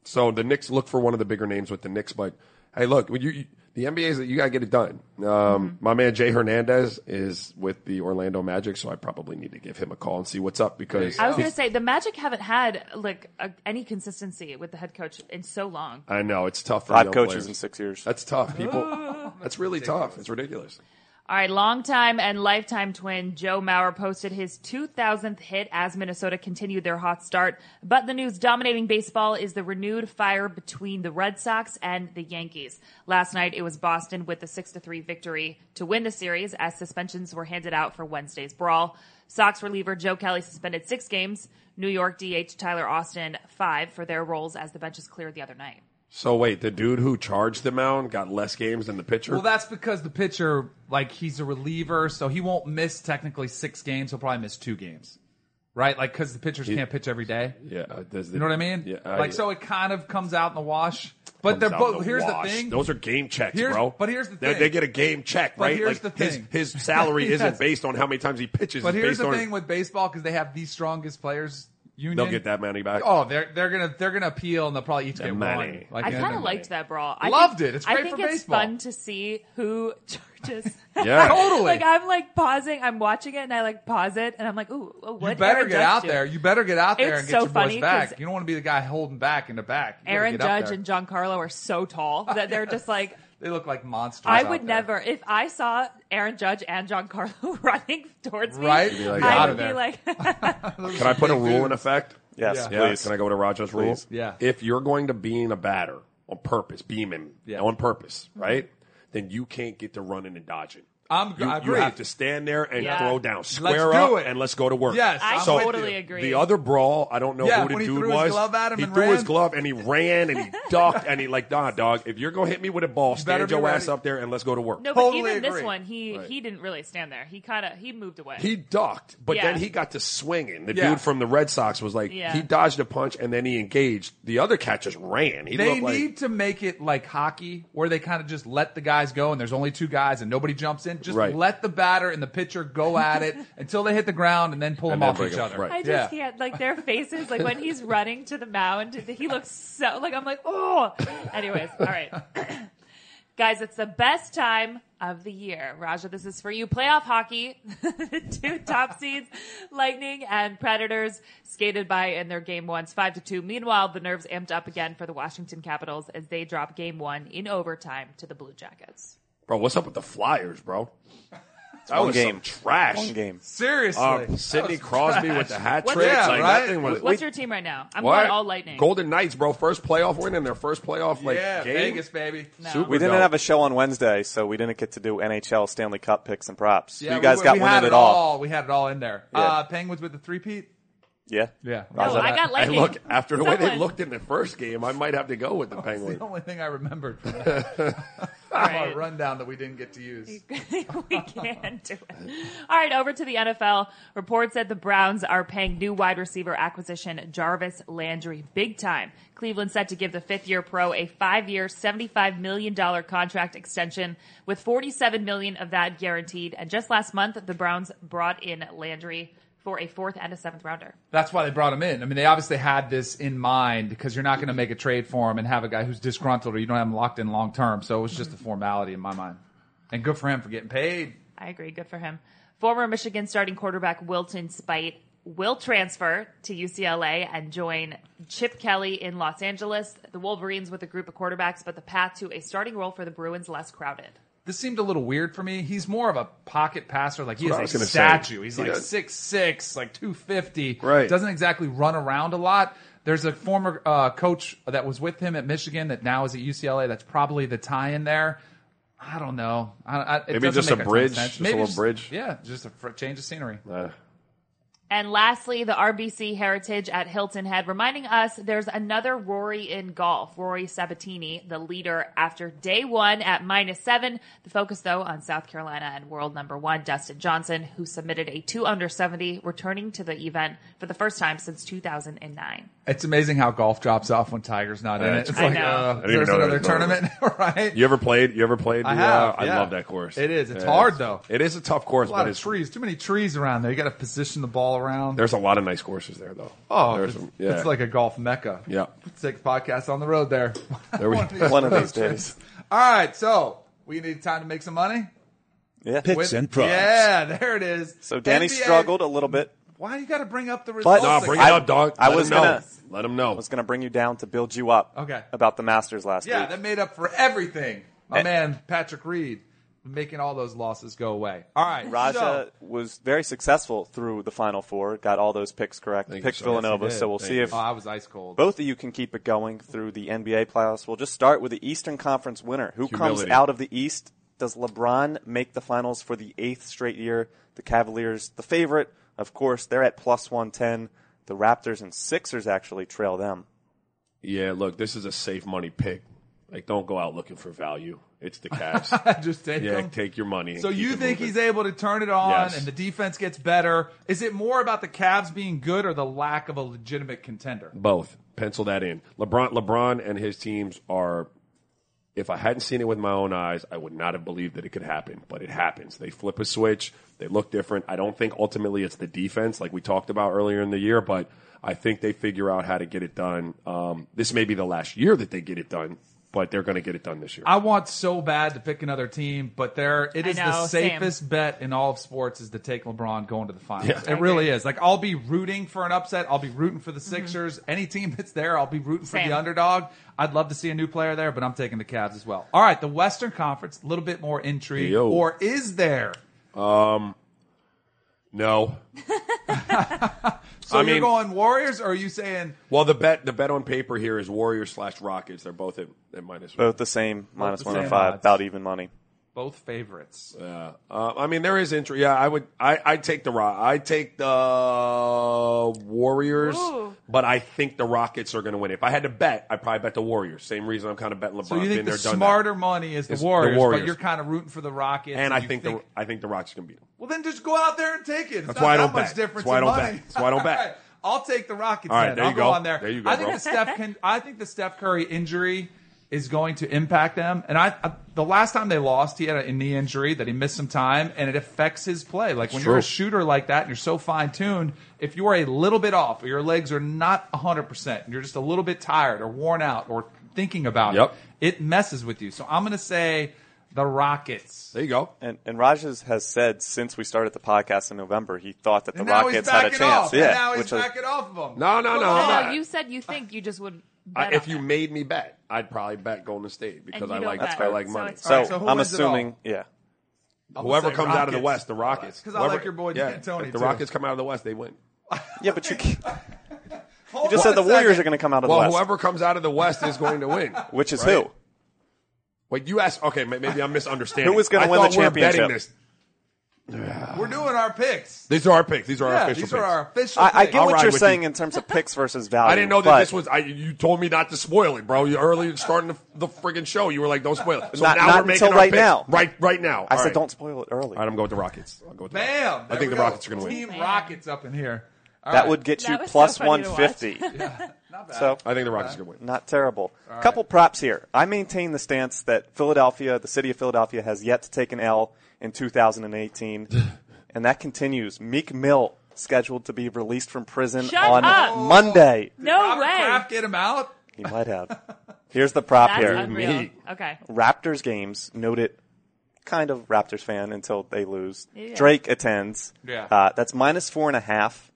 D: so the Knicks look for one of the bigger names with the Knicks, but hey, look, when you, you the NBA is you got to get it done. Um,
F: Mm-hmm.
D: My man Jay Hernandez is with the Orlando Magic, so I probably need to give him a call and see what's up because
G: I was going to say the Magic haven't had like a, any consistency with the head coach in so long.
D: I know it's tough. For
I: Five
D: young
I: coaches
D: players.
I: in six years.
D: That's tough, people. That's really tough. It's ridiculous.
G: All right, longtime and lifetime twin Joe Mauer posted his 2000th hit as Minnesota continued their hot start. But the news dominating baseball is the renewed fire between the Red Sox and the Yankees. Last night, it was Boston with a 6-3 victory to win the series as suspensions were handed out for Wednesday's brawl. Sox reliever Joe Kelly suspended six games. New York DH Tyler Austin five for their roles as the benches cleared the other night.
D: So wait, the dude who charged the mound got less games than the pitcher.
F: Well, that's because the pitcher, like, he's a reliever, so he won't miss technically six games. He'll probably miss two games, right? Like, because the pitchers can't pitch every day.
D: yeah, uh, does the,
F: You know what I mean?
D: Yeah, uh,
F: like,
D: yeah.
F: so it kind of comes out in the wash. But
D: Comes
F: they're
D: out
F: both.
D: in
F: here's
D: wash.
F: the thing.
D: Those are game checks,
F: Here's-
D: bro.
F: but here's the
D: They-
F: thing.
D: They get a game check,
F: But
D: right?
F: here's
D: like
F: the
D: his-
F: thing.
D: His, salary
F: Yes.
D: isn't based on how many times he pitches.
F: But
D: it's
F: here's
D: based
F: the
D: on-
F: thing with baseball because they have the strongest players union.
D: They'll get that money back.
F: Oh, they're they're gonna they're gonna appeal and they'll probably each get
D: money.
F: one. Like,
G: I
F: yeah.
G: kind of liked that brawl. I
F: Loved it. It's
G: I
F: great
G: think
F: for
G: it's
F: baseball.
G: fun to see who charges.
D: Yeah.
F: Totally.
G: like I'm like pausing. I'm watching it and I like pause it and I'm like, ooh, oh, what?
F: You better
G: Aaron
F: get
G: Judge
F: out
G: do?
F: there. You better get out there
G: It's
F: and get
G: so
F: your
G: funny
F: boys
G: 'cause
F: back. You don't want to be the guy holding back in the back. You gotta
G: Aaron
F: get out
G: Judge
F: there.
G: and John Carlo are so tall that they're just like.
F: they look like monsters.
G: I
F: out
G: would
F: there.
G: never, if I saw Aaron Judge and John Carlo running towards me,
F: Right? You'd be like,
D: "Get
G: I
D: out
G: would
D: of
G: be
F: there."
G: like,
D: Can I put a rule in effect?
I: Yes,
F: Yeah.
D: Yeah,
I: please.
D: Can I go to Rajah's rule?
F: Yeah.
D: If you're going to beam a batter on purpose, beam him
F: Yeah.
D: on purpose, right? Then you can't get to running and dodging.
F: I'm
D: You,
F: good. I
D: you
F: agree.
D: have to stand there and
G: Yeah.
D: throw down, square
F: do
D: up,
F: it.
D: and let's go to work.
F: Yes,
G: I
F: So-
G: totally agree.
D: The other brawl, I don't know
F: Yeah,
D: who the
F: when he
D: dude
F: threw his
D: was.
F: glove at him
D: he
F: and
D: threw his
F: ran.
D: glove and he ran and he ducked and he like, nah, dog. If you're gonna hit me with a ball,
F: better
D: stand
F: be
D: your ass
F: ready.
D: up there and let's go to work.
G: no, but
F: Totally
G: even this
F: agree.
G: one, he he didn't really stand there. He kind of he moved away.
D: He ducked, but
G: Yeah.
D: then he got to swinging. The
F: Yeah.
D: dude from the Red Sox was like,
G: Yeah.
D: he dodged a punch and then he engaged. The other cat just ran. He
F: They
D: looked like,
F: need to make it like hockey, where they kind of just let the guys go, and there's only two guys, and nobody jumps in. Just
D: Right.
F: let the batter and the pitcher go at it until they hit the ground, and then pull
D: And
F: them
D: then
F: off
D: break
F: each
D: them.
F: other.
D: Right.
G: I just
F: Yeah.
G: can't like their faces. Like when he's running to the mound, he looks so like I'm like oh. Anyways, all right, guys, it's the best time of the year. Raja, this is for you. Playoff hockey, The two top seeds, Lightning and Predators, skated by in their game ones five to two. Meanwhile, the nerves amped up again for the Washington Capitals as they drop game one in overtime to the Blue Jackets.
D: bro, what's up with the Flyers, bro? That
I: one
D: was
I: game.
D: some trash.
I: One game.
F: Seriously,
D: Um, Sidney Crosby with the hat
G: What's
D: trick.
G: your-
D: like,
F: Yeah,
D: that thing
F: right?
D: was,
G: What's your team right now? I'm
D: what?
G: going all Lightning.
D: Golden Knights, bro. First playoff win in their first playoff like
F: yeah,
D: game.
F: Vegas baby.
G: No.
D: Super
I: We didn't
D: dope.
I: have a show on Wednesday, so we didn't get to do NHL Stanley Cup picks and props.
F: Yeah,
I: you guys
F: we,
I: got
F: we
I: one
F: had
I: in
F: it
I: at all.
F: We had it all in there.
I: Yeah.
F: Uh, Penguins with the three peat.
I: Yeah.
F: Yeah,
G: Oh, I got
D: And
G: Lightning.
D: look, after the way they
G: Someone.
D: looked in the first game, I might have to go with the
F: That's
D: Penguins.
F: the only thing I remembered from that
G: All
F: our
G: right.
F: rundown that we didn't get to use.
G: we can do it. All right, over to the NFL. Reports that the Browns are paying new wide receiver acquisition Jarvis Landry big time. Cleveland set to give the fifth year pro a five year, $75 million contract extension with $47 million of that guaranteed. And just last month, the Browns brought in Landry for a fourth and a seventh rounder.
F: That's why they brought him in. I mean, they obviously had this in mind because you're not going to make a trade for him and have a guy who's disgruntled or you don't have him locked in long term. So it was just a formality in my mind. And good for him for getting paid.
G: I agree. Good for him. Former Michigan starting quarterback Wilton Spite will transfer to UCLA and join Chip Kelly in Los Angeles. The Wolverines with a group of quarterbacks, but the path to a starting role for the Bruins less crowded.
F: This seemed a little weird for me. He's more of a pocket passer. Like he
D: That's what I
F: is
D: was
F: a
D: gonna say.
F: statue. He's
D: He
F: like
D: does.
F: six six, like two fifty.
D: Right.
F: Doesn't exactly run around a lot. There's a former uh, coach that was with him at Michigan that now is at UCLA. That's probably the tie in there. I don't know. I, I, it
D: Maybe
F: doesn't
D: just
F: make
D: a
F: ton of
D: bridge,
F: sense.
D: just a little bridge.
F: Yeah, just a fr- change of scenery.
D: Uh,
G: And lastly, the RBC Heritage at Hilton Head reminding us there's another Rory in golf, Rory Sabatini, the leader after day one at minus seven. The focus, though, on South Carolina and world number one, Dustin Johnson, who submitted a two under 70, returning to the event for the first time since 2009.
F: It's amazing how golf drops off when Tiger's not in it. It's
G: I
F: like
G: know. I
F: uh,
D: didn't even
F: there's
D: know there
F: another
D: was another
F: tournament, right?
D: you ever played? You ever played?
F: I
D: the,
F: have,
D: uh,
F: yeah.
D: I love that course.
F: It is. It's
D: Yeah,
F: hard, though.
D: It is a tough course,
F: a lot
D: but
F: of
D: it's
F: trees. Too many trees around there. You got to position the ball around.
D: there's a lot of nice courses there, though.
F: Oh,
D: there's
F: it's,
D: some- yeah.
F: it's like a golf mecca.
D: Yeah.
F: Let's take the podcast on the road there.
D: There we-
I: One of these days.
F: All right, so we need time to make some money.
I: Yeah.
H: Picks and props.
F: Yeah, there it is.
I: So Danny
F: NBA
I: struggled a little bit.
F: Why do you got to bring up the results?
I: No,
D: Nah, bring
F: again?
D: it
I: I-
D: up, dog.
I: I
D: Let
I: was
D: him know.
I: gonna-
D: let them know.
I: I was going to bring you down to build you up.
F: Okay.
I: About the Masters last
F: Yeah,
I: week.
F: that made up for everything.
I: Eh.
F: My man Patrick Reed making all those losses go away. All right,
I: Raja
F: so-
I: was very successful through the Final Four. Got all those picks correct.
D: Thank you,
I: picked
D: sir.
I: Villanova.
F: Yes, he did.
I: so we'll
D: Thank
I: see
D: you.
I: if
F: oh, I was ice cold.
I: both of you can keep it going through the NBA playoffs. We'll just start with the Eastern Conference winner. Who
D: Humility.
I: comes out of the East? Does LeBron make the finals for the eighth straight year? The Cavaliers, the favorite, of course, they're at plus 110. The Raptors and Sixers actually trail them.
D: Yeah, look, this is a safe money pick. Like, don't go out looking for value. It's the Cavs.
F: Just take
D: yeah,
F: him.
D: take your money. and
F: So
D: keep
F: you
D: it
F: think
D: moving.
F: he's able to turn it on
D: Yes.
F: and the defense gets better? Is it more about the Cavs being good or the lack of a legitimate contender?
D: Both. Pencil that in. LeBron LeBron and his teams are if I hadn't seen it with my own eyes, I would not have believed that it could happen, but it happens. They flip a switch, they look different. I don't think ultimately it's the defense like we talked about earlier in the year, but I think they figure out how to get it done. Um, this may be the last year that they get it done, but they're going to get it done this year.
F: I want so bad to pick another team, but there it
G: I
F: is
G: know,
F: the
G: same.
F: safest bet in all of sports is to take LeBron going to the finals.
D: Yeah.
F: It really is. Like I'll be rooting for an upset. I'll be rooting for the Sixers. Any team that's there, I'll be rooting for
G: Mm-hmm. Same.
F: the underdog. I'd love to see a new player there, but I'm taking the Cavs as well. All right, the Western Conference, a little bit more intrigue.
D: Yo.
F: Or is there?
D: no.
F: So
D: I
F: you're
D: mean-
F: going Warriors, or are you saying
D: Well, the bet the bet on paper here is Warriors slash Rockets. They're both at, at minus one.
I: Both the same, minus
F: the
I: one oh
F: same
I: five,
F: odds.
I: about even money.
F: both favorites?
D: Uh, I mean, there is interest. Yeah, I would. I I take the Rock. I take the Warriors,
G: Ooh.
D: but I think the Rockets are going to win. If I had to bet, I would probably bet the Warriors. Same reason I'm kind of betting LeBron.
F: So you
D: Been
F: think
D: there,
F: the
D: done that.
F: smarter money is the
D: It's the
F: Warriors, but
D: Warriors.
F: you're kind of rooting for the Rockets.
D: And I
F: you
D: think, the I think the Rockets can beat them.
F: Well, then just go out there and take it. It's
D: That's
F: not
D: why I
F: that
D: don't
F: much
D: bet.
F: difference
D: That's why I
F: in
D: don't
F: money.
D: bet. That's why I don't bet.
F: All right. I'll take the Rockets.
D: All right,
F: then.
D: there
F: I'll
D: you
F: go.
D: go.
F: on there.
D: There you go,
F: I think
D: bro.
F: the Steph can. I think the Steph Curry injury is going to impact them. And I, I the last time they lost, he had a knee injury that he missed some time, and it affects his play. Like when you're a
D: true.
F: shooter like that, and you're so fine tuned. If you are a little bit off, or your legs are not 100, percent and you're just a little bit tired or worn out or thinking about
D: Yep.
F: it, it messes with you. So I'm going to say the Rockets.
D: There you go.
I: And, and Rogers has said since we started the podcast in November, he thought that the
F: And now he's
I: Rockets had a
F: backing
I: chance.
F: off.
I: Yeah,
F: and now he's
I: which I-
F: backing off of them.
D: No, no, no.
G: No,
D: I'm
G: no,
D: not.
G: you said you think you just would. Bet
D: I, Uh, if
G: on
D: you
G: that.
D: made me bet, I'd probably bet Golden State because
G: And you
D: I
G: don't
D: like
G: bet,
D: I like
G: so
D: money.
G: it's
I: so
F: All right, so who
I: I'm
F: wins it
I: assuming,
F: all?
I: yeah.
D: Whoever
F: say
D: comes out of the
F: Rockets.
D: West, the Rockets.
F: 'Cause I
D: Whoever-
F: like your boy
D: yeah,
F: D'Antoni,
D: If the
F: too.
D: Rockets come out of the West, they win.
I: Yeah, but you, can't- you
F: Hold
I: just
F: on
I: said the
F: a
I: Warriors
F: second.
I: are going to come out of
D: Well,
I: the West,
D: whoever comes out of the West is going to win.
I: which is
D: right?
I: who?
D: Wait, you asked? Okay, may- maybe I'm misunderstanding.
I: Who is gonna
D: I
I: win the
D: thought we were betting
I: championship?
D: this.
F: We're doing our picks.
D: These are our picks. These are our
F: Yeah,
D: official
F: these
D: picks.
F: are our official.
I: I, I
F: picks.
I: get
D: I'll
I: what
D: ride
I: you're
D: with
I: saying
D: you.
I: in terms of picks versus value.
D: I didn't know
I: but
D: that this was. I, you told me not to spoil it, bro. You early starting the, the friggin' show. You were like, "Don't spoil it." So
I: Not-
D: now
I: not
D: we're making
I: until
D: our
I: right
D: picks.
I: now.
D: Right, right now.
I: I
D: All
I: said
D: right.
I: don't spoil it early.
D: All right, I'm going with the Rockets. I'll go with the
F: Bam!
D: Rockets. I
F: There
D: think
F: we
D: the
F: go.
D: Rockets are going to win.
F: Team Rockets up in here. All
I: that
F: right.
I: would get you
G: That was so
I: plus
G: funny to watch.
I: 150. So
D: I think the Rockets are going to win.
I: not terrible. Couple props here. I maintain the stance that Philadelphia, the city of Philadelphia, has yet to take an L in 2018, and that continues. Meek Mill scheduled to be released from prison
G: Shut
I: on
G: up.
I: Monday.
G: no
F: Robert
G: way.
F: Kraft get him out.
I: He might have. Here's the prop
G: That's
I: here.
G: unreal.
D: Me.
G: Okay.
I: Raptors games. Noted, kind of Raptors fan until they lose.
G: Yeah.
I: Drake attends.
F: Yeah.
I: Uh, that's minus four and a half.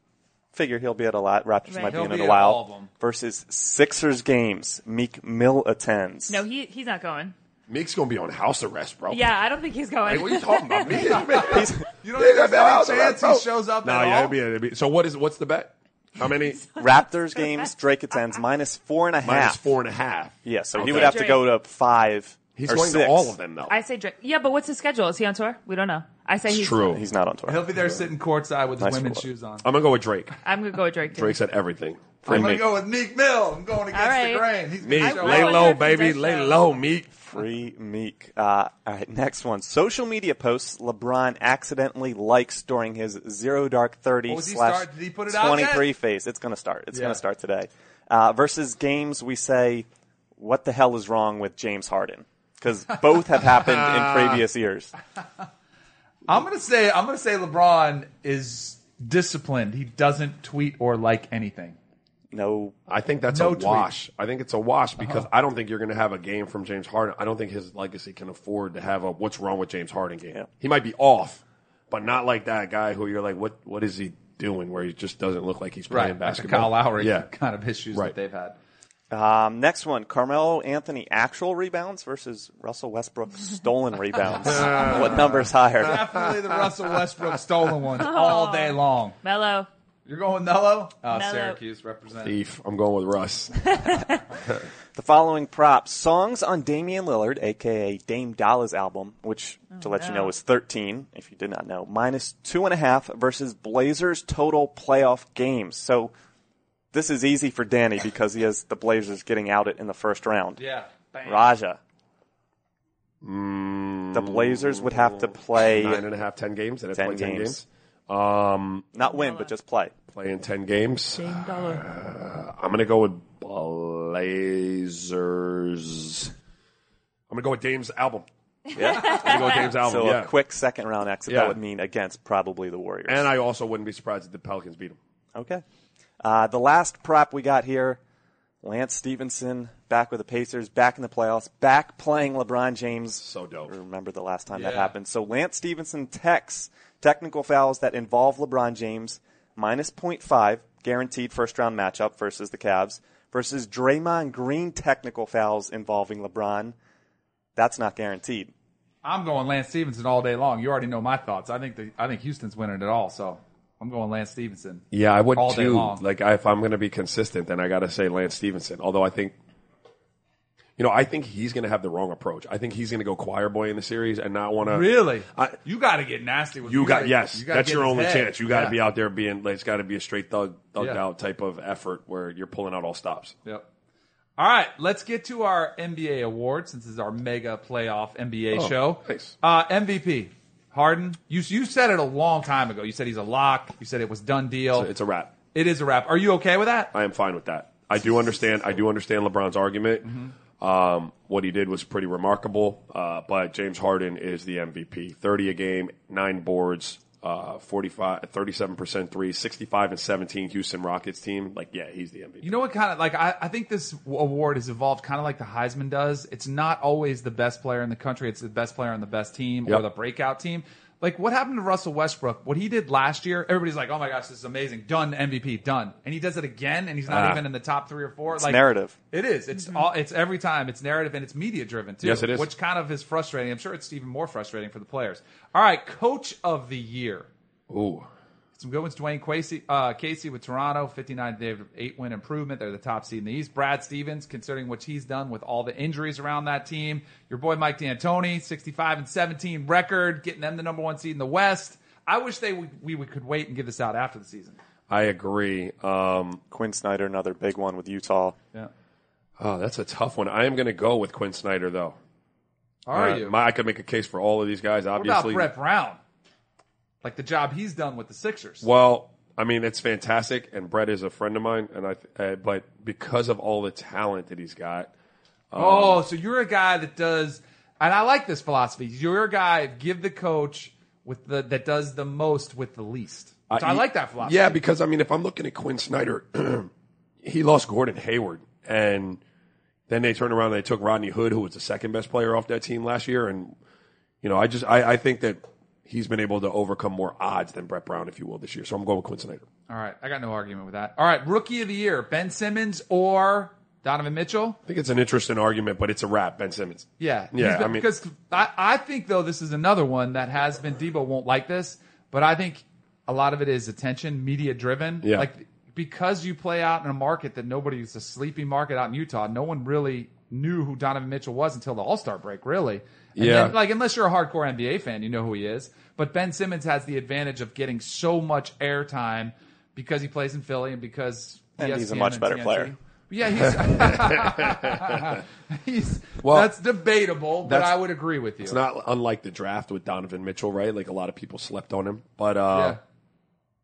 I: Figure he'll be at a lot. Raptors
G: Right.
I: might be
F: He'll
I: in it
F: be
I: a
F: at all of
I: while.
F: 'em.
I: Versus Sixers games. Meek Mill attends.
G: No, he he's not going.
D: Meek's going to be on house arrest, bro.
G: Yeah, I don't think he's going.
D: Like, what are you talking about? Meek is
I: He's-
F: You don't think there's
D: house
F: any chance
D: arrest,
F: he
D: bro.
F: shows up
D: No,
F: at
D: yeah,
F: all?
D: it'd be, it'd be, so what is? What's the bet? How many?
I: Raptors games. Drake attends minus four and a half.
D: Minus four and a half.
I: Yeah, so
D: Okay.
I: he would have to go to five.
D: He's
I: or
D: going
I: six.
D: to all of them though.
G: I say Drake. Yeah, but what's his schedule? Is he on tour? We don't know. I say he's
D: it's true.
I: He's not on tour.
F: He'll be there sitting courtside with his
I: Nice
F: women's
I: follow-up.
F: shoes on.
D: I'm going to go with Drake.
G: I'm gonna go with Drake. Too.
D: Drake said everything.
F: I'm
D: Free
F: going to
D: Meek.
F: go with Meek Mill. I'm going against
G: right.
F: the grain. He's
D: Meek,
F: going
G: I
D: lay
G: wonder
D: low,
G: if he
D: baby,
G: does
D: lay
G: show.
D: low, Meek.
I: Free Meek. Uh, all right, next one. Social media posts LeBron accidentally likes during his zero dark thirty
F: What was Oh, he
I: slash
F: start- did he put it out
I: twenty three phase. It's gonna start. It's
F: Yeah.
I: gonna start today. Uh, versus games, we say, what the hell is wrong with James Harden? Because both have happened in previous years.
F: I'm gonna say I'm gonna say LeBron is disciplined. He doesn't tweet or like anything.
I: No,
D: I think that's
F: No
D: a
F: tweet.
D: wash. I think it's a wash
F: Uh-huh.
D: because I don't think you're going to have a game from James Harden. I don't think his legacy can afford to have a what's wrong with James Harden game.
I: Yeah.
D: He might be off, but not like that guy who you're like, what what is he doing? Where he just doesn't look like he's playing
F: Like the
D: basketball.
F: Kyle Lowry
D: yeah.
F: kind of issues that
D: Right.
F: they've had.
I: um, next one. Carmelo Anthony actual rebounds versus Russell Westbrook stolen rebounds. what number's higher?
F: Definitely the Russell Westbrook stolen ones all
G: Oh.
F: day long.
G: Mello.
F: You're going Mello? Uh,
G: Melo.
F: Syracuse represents.
D: Thief. I'm going with Russ.
I: The following props songs on Damian Lillard, aka Dame Dalla's album, which to let you know is 13, if you did not know, minus two and a half versus Blazers total playoff games. So This is easy for Danny because he has the Blazers getting outed in the first round.
F: Yeah. Bang.
I: Raja. The Blazers would have to play
D: Mm, Nine and a half, ten games. Did I
I: 10
D: play ten
I: games.
D: games? Um,
I: not win but just play.
D: playing ten games.
G: Dame dollar.
D: I'm gonna go with Blazers. I'm gonna go with Dame's album.
I: Yeah.
D: I'm gonna go with Dame's album.
I: so
D: Oh, yeah.
I: a quick second round exit
D: Yeah.
I: that would mean against probably the Warriors.
D: and I also wouldn't be surprised if the Pelicans beat them.
I: Okay. Uh, the last prop we got here Lance Stevenson back with the Pacers, back in the playoffs, back playing LeBron James.
D: So dope.
I: Remember the last time that
F: Yeah.
I: happened. So Lance Stevenson techs technical fouls that involve LeBron James minus 0.5, guaranteed first round matchup versus the Cavs, versus Draymond Green technical fouls involving LeBron. That's not guaranteed.
F: I'm going Lance Stevenson all day long. You already know my thoughts. I think the, I think Houston's winning it all. So I'm going Lance Stevenson.
D: Yeah, I would
F: all day
D: too.
F: long.
D: Like, I, if I'm going to be consistent, then I got to say Lance Stevenson. Although I think, you know, I think he's going to have the wrong approach. I think he's going to go choir boy in the series and not want to
F: really?
D: uh, I-
F: you got to get nasty with
D: You
F: you
D: got
F: gotta-
D: yes.
F: you gotta
D: That's
F: get
D: your
F: in
D: only
F: his head.
D: chance. You got to
F: Yeah.
D: be out there being. Like, it's got to be a straight thug, thugged
F: Yeah.
D: out type of effort where you're pulling out all stops.
F: Yep. All right, let's get to our NBA awards since this is our mega playoff NBA
D: Oh,
F: show.
D: nice.
F: Uh, MVP Harden. You you said it a long time ago. You said he's a lock. You said it was done deal.
D: So it's a wrap.
F: It is a wrap. Are you okay with that?
D: I am fine with that. I do understand. I do understand LeBron's argument.
F: Mm-hmm.
D: Um, what he did was pretty remarkable. Uh, but James Harden is the MVP. Thirty a game, nine boards, uh, 45, 37 percent three, 65 and seventeen. Houston Rockets team. Like, yeah, he's the MVP.
F: You know what kind of like I, I think this award has evolved kind of like the Heisman does. It's not always the best player in the country. It's the best player on the best team or
D: Yep.
F: the breakout team. Like what happened to Russell Westbrook? What he did last year, everybody's like, "Oh my gosh, this is amazing! Done MVP, done." And he does it again, and he's not
D: Ah.
F: even in the top three or four. It's like
I: narrative.
F: It is. It's all. It's every time. It's narrative and it's media driven too.
D: Yes, it is.
F: Which kind of is frustrating. I'm sure it's even more frustrating for the players. All right, Coach of the Year.
D: Ooh,
F: Some good ones. Dwayne Casey, uh, Casey with Toronto, 59. They have eight win improvement. They're the top seed in the East. Brad Stevens, considering what he's done with all the injuries around that team. Your boy Mike D'Antoni, 65 and 17 record, getting them the number one seed in the West. I wish they would, we would, could wait and give this out after the season.
D: I agree. Um,
I: Quinn Snyder, another big one with Utah.
F: Yeah.
D: oh, that's a tough one. I am going to go with Quinn Snyder though.
F: Are
D: Uh,
F: you?
D: my- I could make a case for all of these guys.
F: what about
D: Obviously,
F: Brett Brown? Like the job he's done with the Sixers.
D: Well, I mean, it's fantastic, and Brett is a friend of mine, and I. Uh, but because of all the talent that he's got,
F: Oh, so you're a guy that does, and I like this philosophy. You're a guy give the coach with the that does the most with the least. Which I,
D: he-
F: like that philosophy.
D: Yeah, because I mean, if I'm looking at Quinn Snyder, he lost Gordon Hayward, and then they turned around and they took Rodney Hood, who was the second best player off that team last year, and you know, I just I, I think that he's been able to overcome more odds than Brett Brown, if you will, this year. So I'm going with Quinn Snyder.
F: All right, I got no argument with that. All right, rookie of the year, Ben Simmons or Donovan Mitchell.
D: I think it's an interesting argument, but it's a wrap. Ben Simmons.
F: Yeah, he's
D: yeah.
F: been-
D: I mean,
F: because I, I think though this is another one that has been Debo won't like this, but I think a lot of it is attention, media driven.
D: Yeah.
F: Like because you play out in a market that nobody it's a sleepy market out in Utah, no one really knew who Donovan Mitchell was until the All Star break, really. And
D: Yeah.
F: then, like unless you're a hardcore NBA fan, you know who he is. But Ben Simmons has the advantage of getting so much airtime because he plays in Philly and because E
I: And he's a
F: ESPN
I: much
F: and
I: better
F: TNT.
I: player.
F: Yeah, he's, he's
D: Well,
F: that's debatable, but
D: that's-
F: I would agree with you.
D: It's not unlike the draft with Donovan Mitchell, right? Like a lot of people slept on him, but uh,
F: Yeah.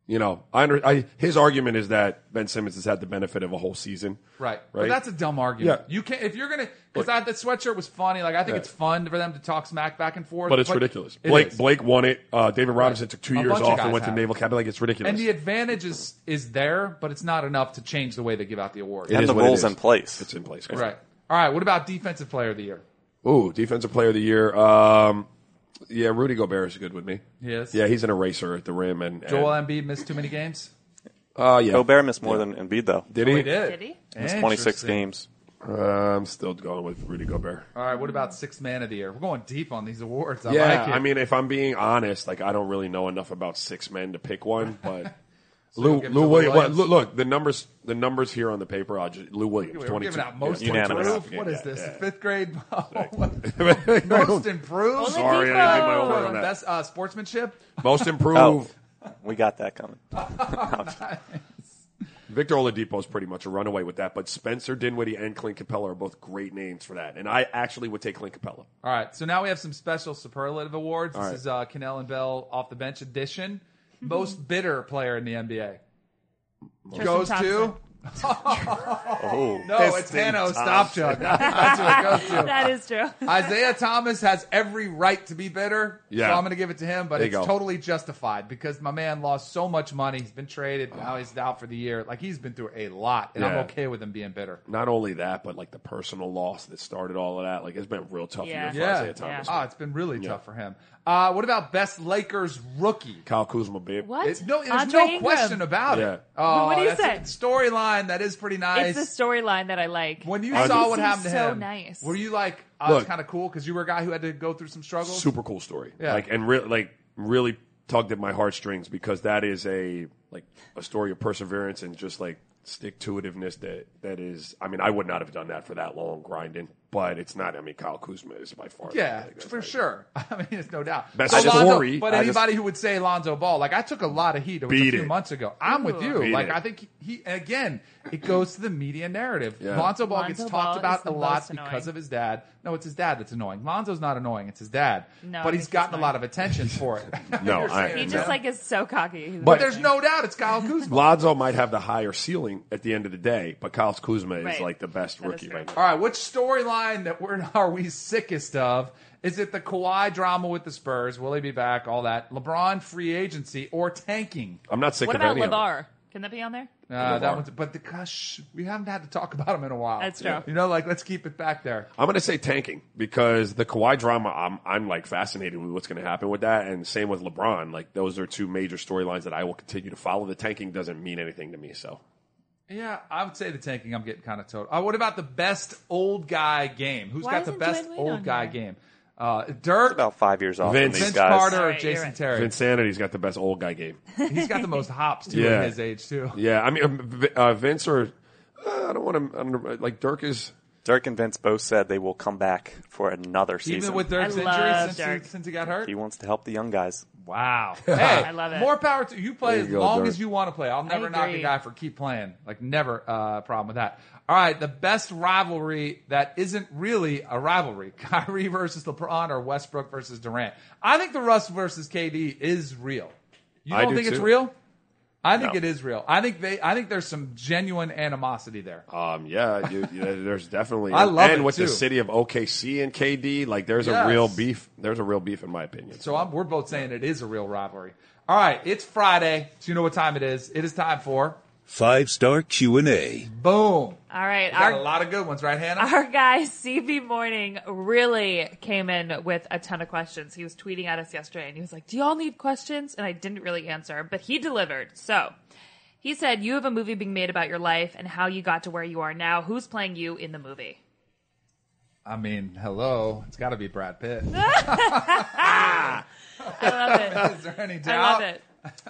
D: you know, I, under, I his argument is that Ben Simmons has had the benefit of a whole season,
F: Right. But
D: Right.
F: that's a dumb argument.
D: Yeah.
F: You can't if you're gonna because that sweatshirt was funny. Like I think
D: Yeah.
F: it's fun for them to talk smack back and forth.
D: but it's ridiculous.
F: it
D: Blake
F: is.
D: Blake won it. Uh, David Robinson took two
F: A
D: years
F: bunch of
D: off
F: guys
D: and went
F: have.
D: to Naval Capital. Like it's ridiculous.
F: and the advantage is is there, but it's not enough to change the way they give out the award.
D: It
I: And
D: is
I: the
D: what it
I: rules
D: is.
I: in place.
D: It's in place.
F: Right. All right. What about defensive player of the year?
D: Ooh, defensive player of the year. Um, yeah, Rudy Gobert is good with me.
F: He is?
D: Yeah, he's an eraser at the rim and, and
F: Joel Embiid missed too many games.
D: Uh, yeah.
I: Gobert missed more than Embiid, though.
D: Did he?
G: Did he?
I: It's 26
F: Interesting.
I: games.
D: Uh, I'm still going with Rudy Gobert.
F: All right. What about sixth man of the year? We're going deep on these awards. I
D: Yeah,
F: like it.
D: I mean, if I'm being honest, like I don't really know enough about six men to pick one, but Lou,
F: we'll give it to
D: Lou
F: Lou
D: Williams.
F: Williams.
D: look, look, the numbers, the numbers here on the paper. I'll just, Lou Williams,
F: We're
D: twenty-two.
F: giving out most
D: Yeah,
I: unanimous.
F: improved. What is
D: Yeah,
F: this?
D: yeah.
F: Fifth grade most
D: most,
F: improved.
D: Sorry, I didn't do my
G: Oladipo.
D: homework on that.
F: Best uh, sportsmanship.
I: Oh,
D: most improved.
I: We got that coming.
D: Victor Oladipo is pretty much a runaway with that, but Spencer Dinwiddie and Clint Capella are both great names for that, and I actually would take Clint Capella.
F: All right, so now we have some special superlative awards. This
D: All right.
F: is uh, Cannell and Bell off the bench edition.
D: Mm-hmm.
F: Most bitter player in the NBA goes to.
I: Oh,
F: No, it's Hanno Stopchuk. That's what it goes to.
G: that is true.
F: Isaiah Thomas has every right to be bitter,
D: Yeah.
F: so I'm going to give it to him. But
D: There
F: it's
D: you go.
F: totally justified because my man lost so much money. He's been traded. Now he's out for the year. Like he's been through a lot, and
D: Yeah.
F: I'm okay with him being bitter.
D: Not only that, but like the personal loss that started all of that. Like it's been a real tough
G: Yeah.
D: year for
F: Yeah,
D: Isaiah Thomas.
F: Ah, it's been really tough for him. Uh, what about best Lakers rookie?
D: Kyle Kuzma, babe.
G: What?
F: It's, no, there's
G: Andre
F: no
G: Ingram.
F: question about
D: Yeah.
F: it. Oh,
G: What do you
F: that's a Storyline that is pretty nice.
G: It's the storyline that I like.
F: when you
D: Andre-
F: saw
D: He
F: what
G: seems
F: happened to
G: so
F: him,
G: nice.
F: were you like, "Oh,
D: Look.
F: it's kind of cool" because you were a guy who had to go through some struggles?
D: Super cool story.
F: Yeah.
D: Like and re- like really tugged at my heartstrings because that is a like a story of perseverance and just like stick to itiveness that that is I mean, I would not have done that for that long grinding, but it's not I mean Kyle Kuzma is by far
F: Yeah,
D: like, that's
F: for
D: not-
F: sure. I mean, it's no doubt.
D: Best
F: Alonzo-
D: story,
F: but
D: I just-
F: anybody who would say Lonzo Ball, like I took a lot of heat it was a
D: Beat
F: few
D: it.
F: months ago. I'm with you.
D: Beat
F: like
D: it.
F: I think he, he again, it goes to the media narrative.
D: Yeah.
F: Lonzo Ball gets
G: Lonzo
F: talked
G: Ball is
F: about
G: the
F: a lot
G: most annoying.
F: because of his dad. No, it's his dad that's annoying. Lonzo's not annoying; it's his dad.
G: No,
F: but
G: I
F: he's
G: think
F: gotten
G: he's
F: a lot of attention for it.
D: No,
F: You're
D: I-
F: saying
G: he
D: Yeah.
G: just
F: that.
G: like is so cocky. He's
F: But
G: amazing.
F: there's no doubt it's Kyle Kuzma.
D: Lonzo might have the higher ceiling at the end of the day, but Kyle Kuzma is
G: Right.
D: like the best
G: That is
D: rookie
G: true.
D: right now.
F: All right, which storyline that we're are we sickest of? Is it the Kawhi drama with the Spurs? Will he be back? All that LeBron free agency or tanking?
D: I'm not sick
G: What
D: of
G: about
D: any of them.
G: Levar? Can that be on there?
F: Uh, that
D: LeBron.
F: one's, but the gosh, we haven't had to talk about him in a while.
G: That's true.
F: You know, like let's keep it back there.
D: I'm going to say tanking because the Kawhi drama. I'm I'm like fascinated with what's going to happen with that, and same with LeBron. Like those are two major storylines that I will continue to follow. The tanking doesn't mean anything to me. So
F: Yeah, I would say the tanking. I'm getting kind of told. Uh, what about the best old guy game? Who's
G: Why
F: got the
G: isn't
F: best
G: Dwayne Wade
F: old
G: on
F: guy
G: here?
F: game? Uh, Dirk,
I: about five years off. from
D: Vince.
I: these
F: Vince
I: guys.
F: Carter,
G: Sorry,
F: or
G: you're
F: Jason
G: right.
F: Terry.
D: Insanity's got the best old guy game.
F: He's got the most hops too
D: Yeah.
F: at his age too.
D: yeah, I mean um, V- uh, Vince or uh, I don't want to under, like Dirk is.
I: Dirk and Vince both said they will come back for another season.
F: Even with Dirk's
G: I
F: injury
G: love
F: since, he-
G: Dirk.
F: since he got hurt,
I: he wants to help the young guys.
F: Wow. Hey,
G: I love it.
F: More power to you. Play
D: There
F: as
D: you go,
F: long
D: Dirk.
F: as you want to play. I'll never knock a
G: agree.
F: guy for keep playing. Like never uh problem with that. All right, the best rivalry that isn't really a rivalry. Kyrie versus LeBron or Westbrook versus Durant. I think the Russ versus KD is real. You
D: I
F: don't
D: do
F: think it's
D: too.
F: real? I think
I: No.
F: it is real. I think they I think there's some genuine animosity there.
D: Um, yeah, you, you- there's definitely.
F: I love
D: and
F: it,
D: with
F: too.
D: the city of OKC and KD, like there's
F: Yes.
D: a real beef. There's a real beef in my opinion.
F: So I'm, we're both saying it is a real rivalry. All right, it's Friday. So you know what time it is. It is time for
H: Five star Q&A.
F: boom.
G: All right,
F: Got
G: our
F: a lot of good ones, right, Hannah?
G: our guy CB Morning really came in with a ton of questions. He was tweeting at us yesterday and he was like, "Do y'all need questions?" And I didn't really answer, but he delivered. So, he said, "You have a movie being made about your life and how you got to where you are now. Who's playing you in the movie?"
F: I mean, hello. It's got to be Brad Pitt.
G: I love it.
F: Is there any
G: I
F: doubt?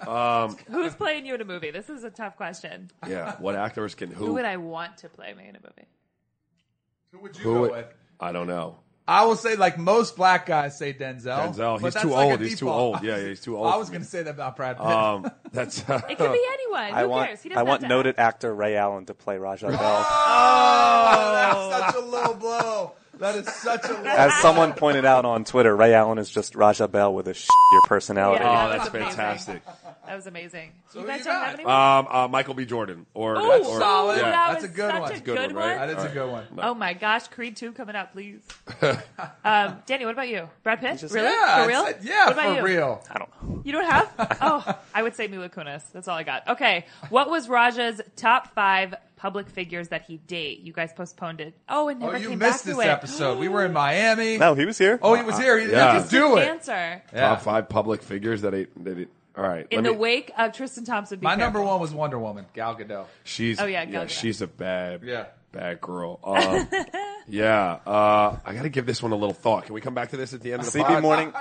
G: love it. Who's playing you in a movie? This is a tough question.
D: Yeah, what actors can who?
G: Who would I want to play me in a movie?
F: Who would you
D: who
F: go
D: would-
F: with?
D: I don't know.
F: I will say, like most black guys say Denzel.
D: Denzel,
F: but
D: he's
F: that's
D: too
F: like a
D: old. He's too
F: default.
D: old. Yeah, yeah, he's too old
F: I
D: for
F: was
D: me.
F: going to say that about Brad Pitt.
D: Um, that's
G: It could be anyone.
I: I
G: Who
I: want
G: cares? He doesn't
I: I want
G: have to
I: noted
G: act.
I: actor Ray Allen to play Rajah Bell.
F: oh, that's such a low blow. That is such a low.
I: As someone pointed out on Twitter, Ray Allen is just Rajah Bell with a shittier personality.
G: Yeah.
D: Oh, that's
G: That's amazing.
D: fantastic.
G: That was amazing. you
F: who
G: guys
F: you
G: don't
F: got?
G: have any.
D: Um, uh, Michael B. Jordan or,
G: Ooh,
D: or-
F: solid.
D: yeah.
G: that
F: That's
G: was
F: a good
G: such
F: one.
G: a
F: That's a
G: good,
D: good one, right?
F: that is a good one.
G: Oh my gosh, Creed 2 coming out, please. um, Danny, what about you? Brad Pitt?
I: Just-
G: really?
F: Yeah,
G: for real?
F: it's- yeah,
G: what about
F: for
G: you?
F: real.
I: I don't know.
G: You don't have? Oh, I would say Mila Kunis. That's all I got. Okay. What was Raja's top five public figures that he date? You guys postponed it. Oh, it
F: Oh,
G: never
F: you
G: came
F: missed
G: back
F: this
G: to it.
F: episode. We were in Miami.
I: No, he was here.
F: Oh, he was here. He didn't
D: Yeah.
F: just do it.
G: Answer.
D: Top five public figures that I that it, all right.
G: In
D: let
G: the
D: me-
G: wake of Tristan Thompson being
F: My number one was Wonder Woman, Gal Gadot.
D: she's
G: Oh, yeah, go to that.
D: she's a bad
F: Yeah.
D: bad girl. Um, yeah, uh, I got to give this one a little thought. Can we come back to this at the end of the
I: CB
D: pod?
I: morning.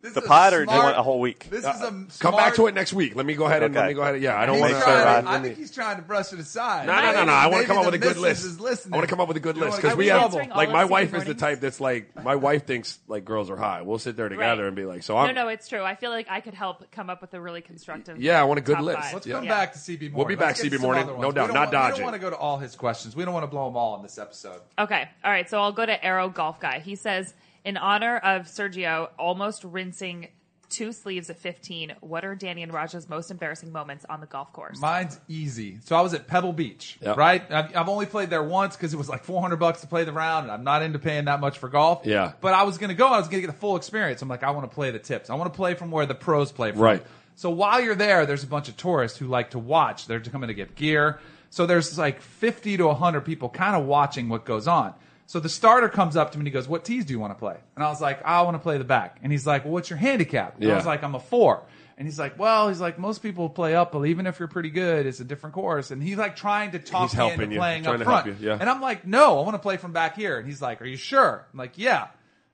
F: This
I: the
F: is a
I: pod, or do you
F: smart-
I: want a whole week?
F: This is a
D: Uh, Come back to it next week. Let me go ahead and let
I: Okay.
D: me go ahead. and- Yeah, I don't
F: He's
D: want
I: Make
D: to.
I: sure I-
F: trying
I: Maybe
F: to, I think he's trying to brush it aside.
D: No, no, no, no. I want
F: Maybe
D: to come up
F: the
D: with a good
F: missus
D: list.
F: is listening.
D: I want to come up with a good
F: You
D: list
F: wanna
D: because
F: get
D: we
F: in
D: have
F: trouble.
D: like
G: All
D: my
G: of
D: wife is
G: Sunday
D: the type that's like my wife thinks like girls are hot. We'll sit there together
G: Right.
D: and be like, so I'm
G: no, no, it's true. I feel like I could help come up with a really constructive.
D: Yeah, I want a good
G: top
D: list.
G: five.
D: Let's
F: Let's come
D: Yeah.
F: back to CB Morning.
D: We'll be
F: Let's
D: back
F: get
D: CB
F: some
D: Morning.
F: other
D: No
F: ones.
D: doubt.
F: We don't
D: Not
F: want- We
D: dodging.
F: don't want to go to all his questions. We don't want to blow them all in this episode.
G: Okay. All right. So I'll go to Arrow Golf Guy. He says, in honor of Sergio almost rinsing two sleeves at 15, what are Danny and Raja's most embarrassing moments on the golf course?
F: Mine's easy. So I was at Pebble Beach,
D: Yep.
F: right? I've, I've only played there once because it was like 400 bucks to play the round, and I'm not into paying that much for golf.
D: Yeah.
F: But I was going to go. I was going to get the full experience. I'm like, I want to play the tips. I want to play from where the pros play from.
D: Right.
F: So while you're there, there's a bunch of tourists who like to watch. They're coming to get gear. So there's like 50 to 100 people kind of watching what goes on. So the starter comes up to me and he goes, What tees do you want to play? And I was like, I want to play the back. And he's like, Well, what's your handicap? And I
D: Yeah.
F: was like, I'm a four. And he's like, Well, he's like, most people play up, but even if you're pretty good, it's a different course. And he's like trying to talk
D: He's
F: me
D: helping
F: into
D: you,
F: playing
D: trying
F: up
D: to help
F: front.
D: you, yeah.
F: And I'm like, No, I want to play from back here. And he's like, Are you sure? I'm like, Yeah.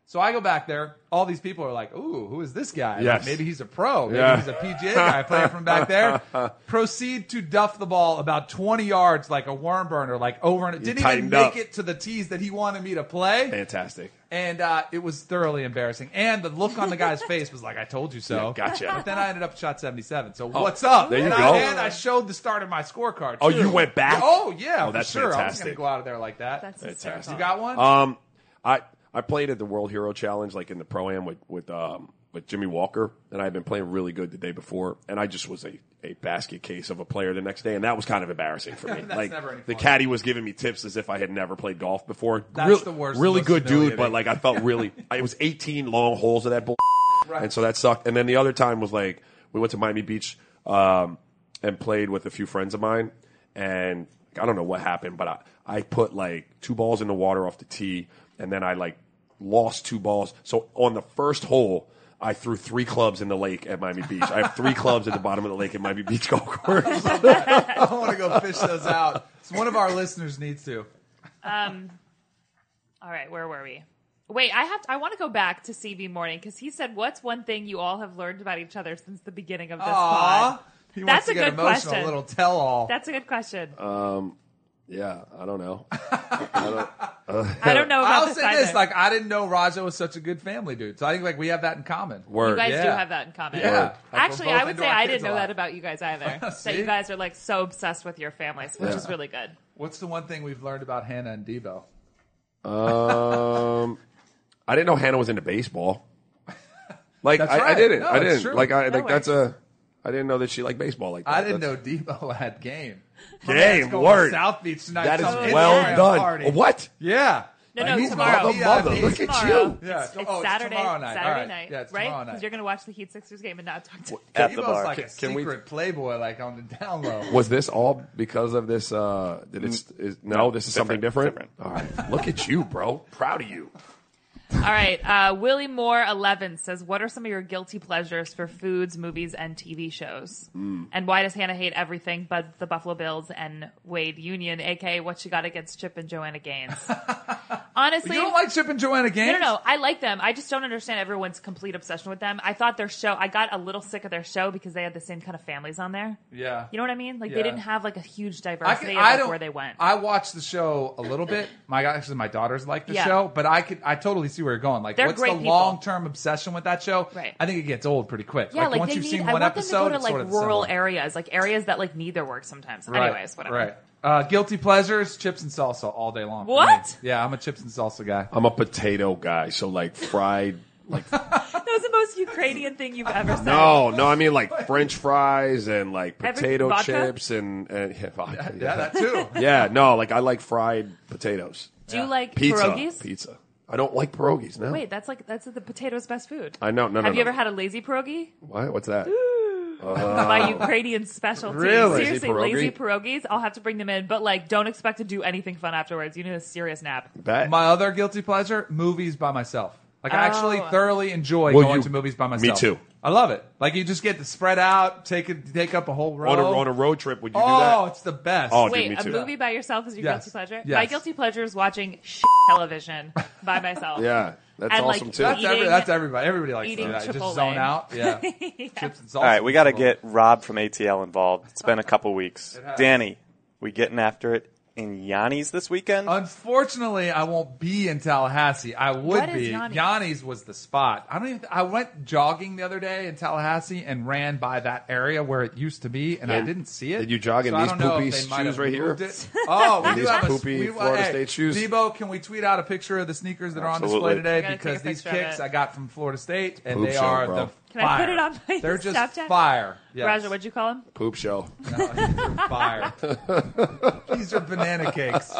F: So I go back there. All these people are like, "Ooh, who is this guy? Like,
D: Yes.
F: maybe he's a pro. Maybe
D: Yeah.
F: he's a PGA guy playing from back there." Proceed to duff the ball about 20 yards like a worm burner, like over and it didn't even
D: tightened
F: make
D: up.
F: it to the tees that he wanted me to play
D: fantastic.
F: and uh, it was thoroughly embarrassing. And the look on the guy's face was like, "I told you so."
D: Yeah, gotcha. Oh,
F: But then I ended up shot seventy-seven. So what's up?
D: there you
F: and
D: go.
F: I, and I showed the start of my scorecard.
D: Oh,
F: too.
D: you went back?
F: Oh yeah,
D: Oh,
F: for
D: that's
F: sure. I was going
D: fantastic.
F: to go out of there like that.
G: That's
F: you
G: hysterical.
F: got one?
D: Um, I I played at the World Hero Challenge, like in the pro am with with um with Jimmy Walker, and I had been playing really good the day before, and I just was a a basket case of a player the next day, and that was kind of embarrassing for me.
F: That's
D: like
F: never any
D: the
F: fun.
D: caddy was giving me tips as if I had never played golf before.
F: That's
D: Real-
F: the worst,
D: Really
F: most
D: good dude,
F: humiliating.
D: but like I felt really. I- it was 18 long holes of that bull, and so that sucked. And then the other time was like we went to Miami Beach um, and played with a few friends of mine, and I don't know what happened, but I I put like two balls in the water off the tee, and then I like lost two balls. So on the first hole. I threw three clubs in the lake at Miami Beach. I have three clubs at the bottom of the lake at Miami Beach golf course.
F: I want to go fish those out. So one of our listeners needs to.
G: All right. Where were we? Wait, I have to, I want to go back to CV Morning because he said, "What's one thing you all have learned about each other since the beginning of this pod?"
F: Aw, he wants
G: That's
F: to
G: a
F: get
G: good
F: emotional.
G: question.
F: A little tell-all.
G: That's a good question.
F: Uh,
D: Um, yeah, I don't know.
G: I don't know about
F: I'll
G: this
F: say
G: either.
F: this: like I didn't know Raja was such a good family dude. So I think like we have that in common.
D: Word.
G: you guys do
F: yeah.
G: have that in common.
F: Yeah. Like, we're
G: Actually,
F: both
G: I would
F: into
G: say
F: our
G: I
F: kids
G: didn't
F: a
G: know
F: lot.
G: that about you guys either. that
F: See?
G: you guys are like so obsessed with your families, which
D: Yeah.
G: is really good.
F: What's the one thing we've learned about Hannah and Debo?
D: Um, I didn't know Hannah was into baseball. Like
F: That's
D: I, I
F: right.
D: didn't.
F: No,
D: I
F: it's
D: didn't.
F: true.
D: Like I
G: No
D: like that's
G: worries.
D: a. I didn't know that she liked baseball like that.
F: I didn't know
D: That's-
F: Debo had game. My man's
D: Game
F: going
D: word.
F: to South Beach tonight.
D: That is
F: Some
G: It's
D: well
F: Instagram
D: done.
F: party.
D: What?
F: Yeah.
G: No,
D: Like,
G: no,
D: you
G: tomorrow.
D: mother, mother,
F: Yeah,
D: look at
G: tomorrow.
D: you.
F: Yeah.
G: It's, it's
F: Oh, it's
G: Saturday,
F: tomorrow night.
G: Saturday
F: All right.
G: night,
F: Yeah, it's
G: right?
F: tomorrow night.
G: Because you're going to watch the Heat Sixers game and not talk to.
I: At the
F: Debo's
I: bar.
F: like a
D: Can- can we-
F: secret playboy, like on the down low.
D: Was this all because of this? Uh, did it's is, no? This is something different.
I: different,
D: All right. look at you, bro. Proud of you.
G: All right. Uh, Willie Moore eleven says, "What are some of your guilty pleasures for foods, movies, and TV shows? And why does Hannah hate everything but the Buffalo Bills and Wade Union, aka what she got against Chip and Joanna Gaines?" Honestly,
F: you don't like Chip and Joanna Gaines?
G: No, no, no. I like them. I just don't understand everyone's complete obsession with them. I thought their show, I got a little sick of their show because they had the same kind of families on there.
F: Yeah.
G: You know what I mean? Like
F: Yeah.
G: they didn't have like a huge
F: I,
G: diversity
F: could,
G: of
F: I
G: like,
F: don't.
G: where they went.
F: I watched the show a little bit. My actually, my daughters like the
G: Yeah.
F: show, but I could. I totally see where you're going. Like,
G: They're
F: what's
G: great
F: the
G: people.
F: long term obsession with that show?
G: Right.
F: I think it gets old pretty quick.
G: yeah, like,
F: once
G: they
F: you've
G: need,
F: seen
G: I
F: one
G: want
F: episode,
G: them to
F: it's
G: go to
F: sort
G: like
F: of
G: rural
F: similar.
G: areas, like areas that like need their work sometimes.
F: Right,
G: Anyways, whatever.
F: Right. Uh, guilty pleasures, chips and salsa all day long. for
G: What?
F: me. Yeah, I'm a chips and salsa guy.
D: I'm a potato guy, so like fried. Like
G: That was the most Ukrainian thing you've ever said.
D: no, no. I mean like French fries and like
G: Every-
D: potato
G: vodka?
D: chips and and yeah, vodka,
F: Yeah, that too.
D: yeah, no, like I like fried potatoes.
G: Do you like
D: Pizza.
G: pierogies?
D: Pizza. I don't like pierogies. No.
G: Wait, that's like that's the potato's best food.
D: I know. No, no,
G: Have you
D: no.
G: ever had a lazy pierogi?
D: Why? What's that?
G: My
F: Uh,
G: Ukrainian specialty.
D: Really?
G: Seriously, lazy
D: Lazy
G: pierogies. I'll have to bring them in, but like, don't expect to do anything fun afterwards. You need a serious nap.
D: That
F: My other guilty pleasure: movies by myself. Like I actually
G: Oh.
F: thoroughly enjoy
D: Well,
F: going
D: you-
F: to movies by myself.
D: too.
F: I love it. Like you just get to spread out, take a, take up a whole row.
D: on a, on a road trip, would you do that?
F: oh, it's the best.
D: Oh, dude,
G: Wait,
D: me
G: a
D: too.
G: movie by yourself is your
F: Yes.
G: guilty pleasure?
F: Yes.
G: My guilty pleasure is watching shit television by myself.
D: Yeah, that's
G: And, like,
D: awesome too.
F: that's every,
G: eating-
F: that's everybody. Everybody likes
G: eating
F: that. Just
G: Chipotle.
F: zone out. Yeah. Chips and salsa.
I: All right, we got to get Rob from ATL involved. It's been a couple weeks.
F: has.
I: Danny, we getting after it in Yanni's this weekend?
D: Oh,
F: Unfortunately, I won't be in Tallahassee. I would
G: What is
F: be.
G: Yanni's?
F: Yanni's was the spot. I don't even. I went jogging the other day in Tallahassee and ran by that area where it used to be, and I
D: Yeah.
F: didn't see it.
D: Did you jog in
F: So I
D: these
F: don't know
D: poopy
F: if they might have
D: shoes right here?
F: moved it. Oh, we do
D: These
F: have a,
D: poopy
F: we,
D: Florida
F: hey,
D: State shoes.
F: Debo, can we tweet out a picture of the sneakers that are on display
I: Absolutely.
G: I
F: today?
G: gotta
F: Because
G: take a
F: these
G: picture of
F: kicks
G: it.
F: I got from Florida State, and
D: Poop
F: they
D: show,
F: are
D: bro.
F: the
G: Can I put
F: fire.
G: it on my
F: They're just
G: Snapchat?
F: fire. Yes.
G: Roger, what'd you call him?
D: Poop show.
F: fire? These are banana cakes.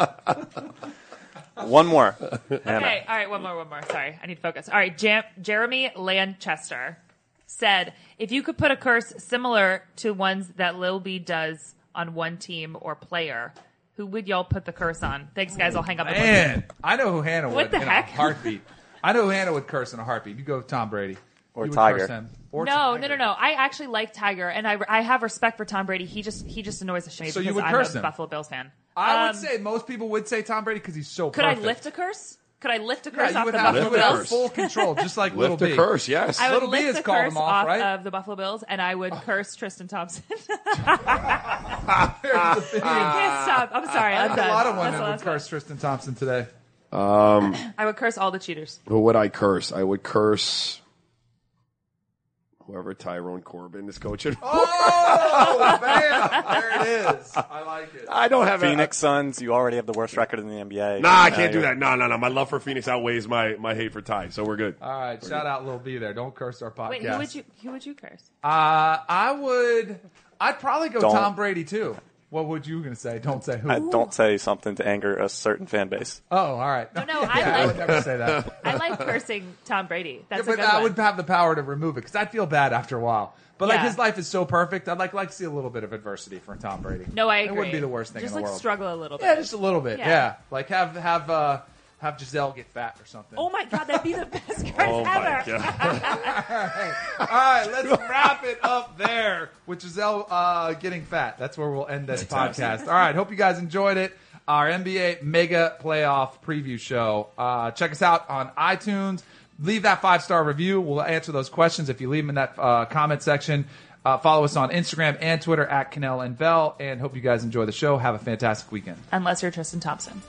I: One more.
G: Okay, all right, one more, one more. Sorry, I need to focus. All right, Jam- Jeremy Lanchester said, if you could put a curse similar to ones that Lil B does on one team or player, who would y'all put the curse on? Thanks, guys. I'll hang up. the phone.
F: Man, I know who Hannah would
G: What the
F: in
G: heck?
F: a heartbeat. I know who Hannah would curse in a heartbeat. You go with Tom Brady
I: Or
F: You would
I: Tiger.
F: curse him. Or
G: No,
F: Tiger.
G: no, no, no. I actually like Tiger, and I, I have respect for Tom Brady. He just he just annoys the shit.
F: So you
G: because
F: would
G: I'm
F: curse
G: a
F: him?
G: Buffalo Bills fan.
F: I
G: Um,
F: would say most people would say Tom Brady because he's so.
G: Could
F: perfect.
G: I lift a curse? Could I lift a
F: Yeah,
G: curse
F: you
G: off the
F: would have, you
G: Buffalo
F: would have
G: Bills?
D: curse.
F: full control, just like little
D: Lift a
F: B.
D: curse, yes.
G: I would
F: Little B
G: lift
F: has
G: the
F: called him
G: curse
F: off,
G: off
F: right?
G: of the Buffalo Bills, and I would curse Tristan Thompson. I can't stop. I'm sorry. I'm
F: There's
G: done.
F: a lot of women
G: Ah, That's the
F: would
G: last one.
F: curse Tristan Thompson today.
G: I would curse all the cheaters.
D: Who would I curse? I would curse whoever Tyrone Corbin is coaching.
F: Oh, bam! There it is. I like it.
D: I don't have
I: Phoenix Suns, you already have the worst record in the NBA.
D: A, nah, I can't
I: Now
D: do
I: you're-
D: that. No, no, no. My love for Phoenix outweighs my, my hate for Ty, so we're good.
F: All right, shout out Lil B there. Don't curse our podcast.
G: Wait, who would you who would you curse?
F: Uh, I would. I'd probably go
I: Don't.
F: Tom Brady too. What would you gonna say? Don't say who.
I: I don't say something to anger a certain fan base.
F: oh, all right. No,
G: no, I
F: I would
G: like-
F: never say that.
G: I like cursing Tom Brady.
F: Yeah,
G: That's a
F: but
G: good
F: I
G: one.
F: would have the power to remove it because I feel bad after a while. But like
G: Yeah.
F: his life is so perfect, I'd like like to see a little bit of adversity from Tom Brady.
G: no, I
F: It
G: agree.
F: wouldn't be the worst thing
G: Just
F: in the
G: like
F: world.
G: struggle a little bit.
F: Yeah, just a little bit. Yeah.
G: Yeah.
F: like have have uh have Giselle get fat or something.
G: Oh my god, that'd be the best curse
D: oh, my
G: ever.
D: God.
F: All right, let's wrap it up there with Giselle uh, getting fat. That's where we'll end this podcast. All right, hope you guys enjoyed it. Our NBA mega playoff preview show. Uh, check us out on iTunes. Leave that five star review. We'll answer those questions if you leave them in that uh, comment section. Uh, follow us on Instagram and Twitter at Cannell and Bell. And hope you guys enjoy the show. Have a fantastic weekend.
G: Unless you're Tristan Thompson.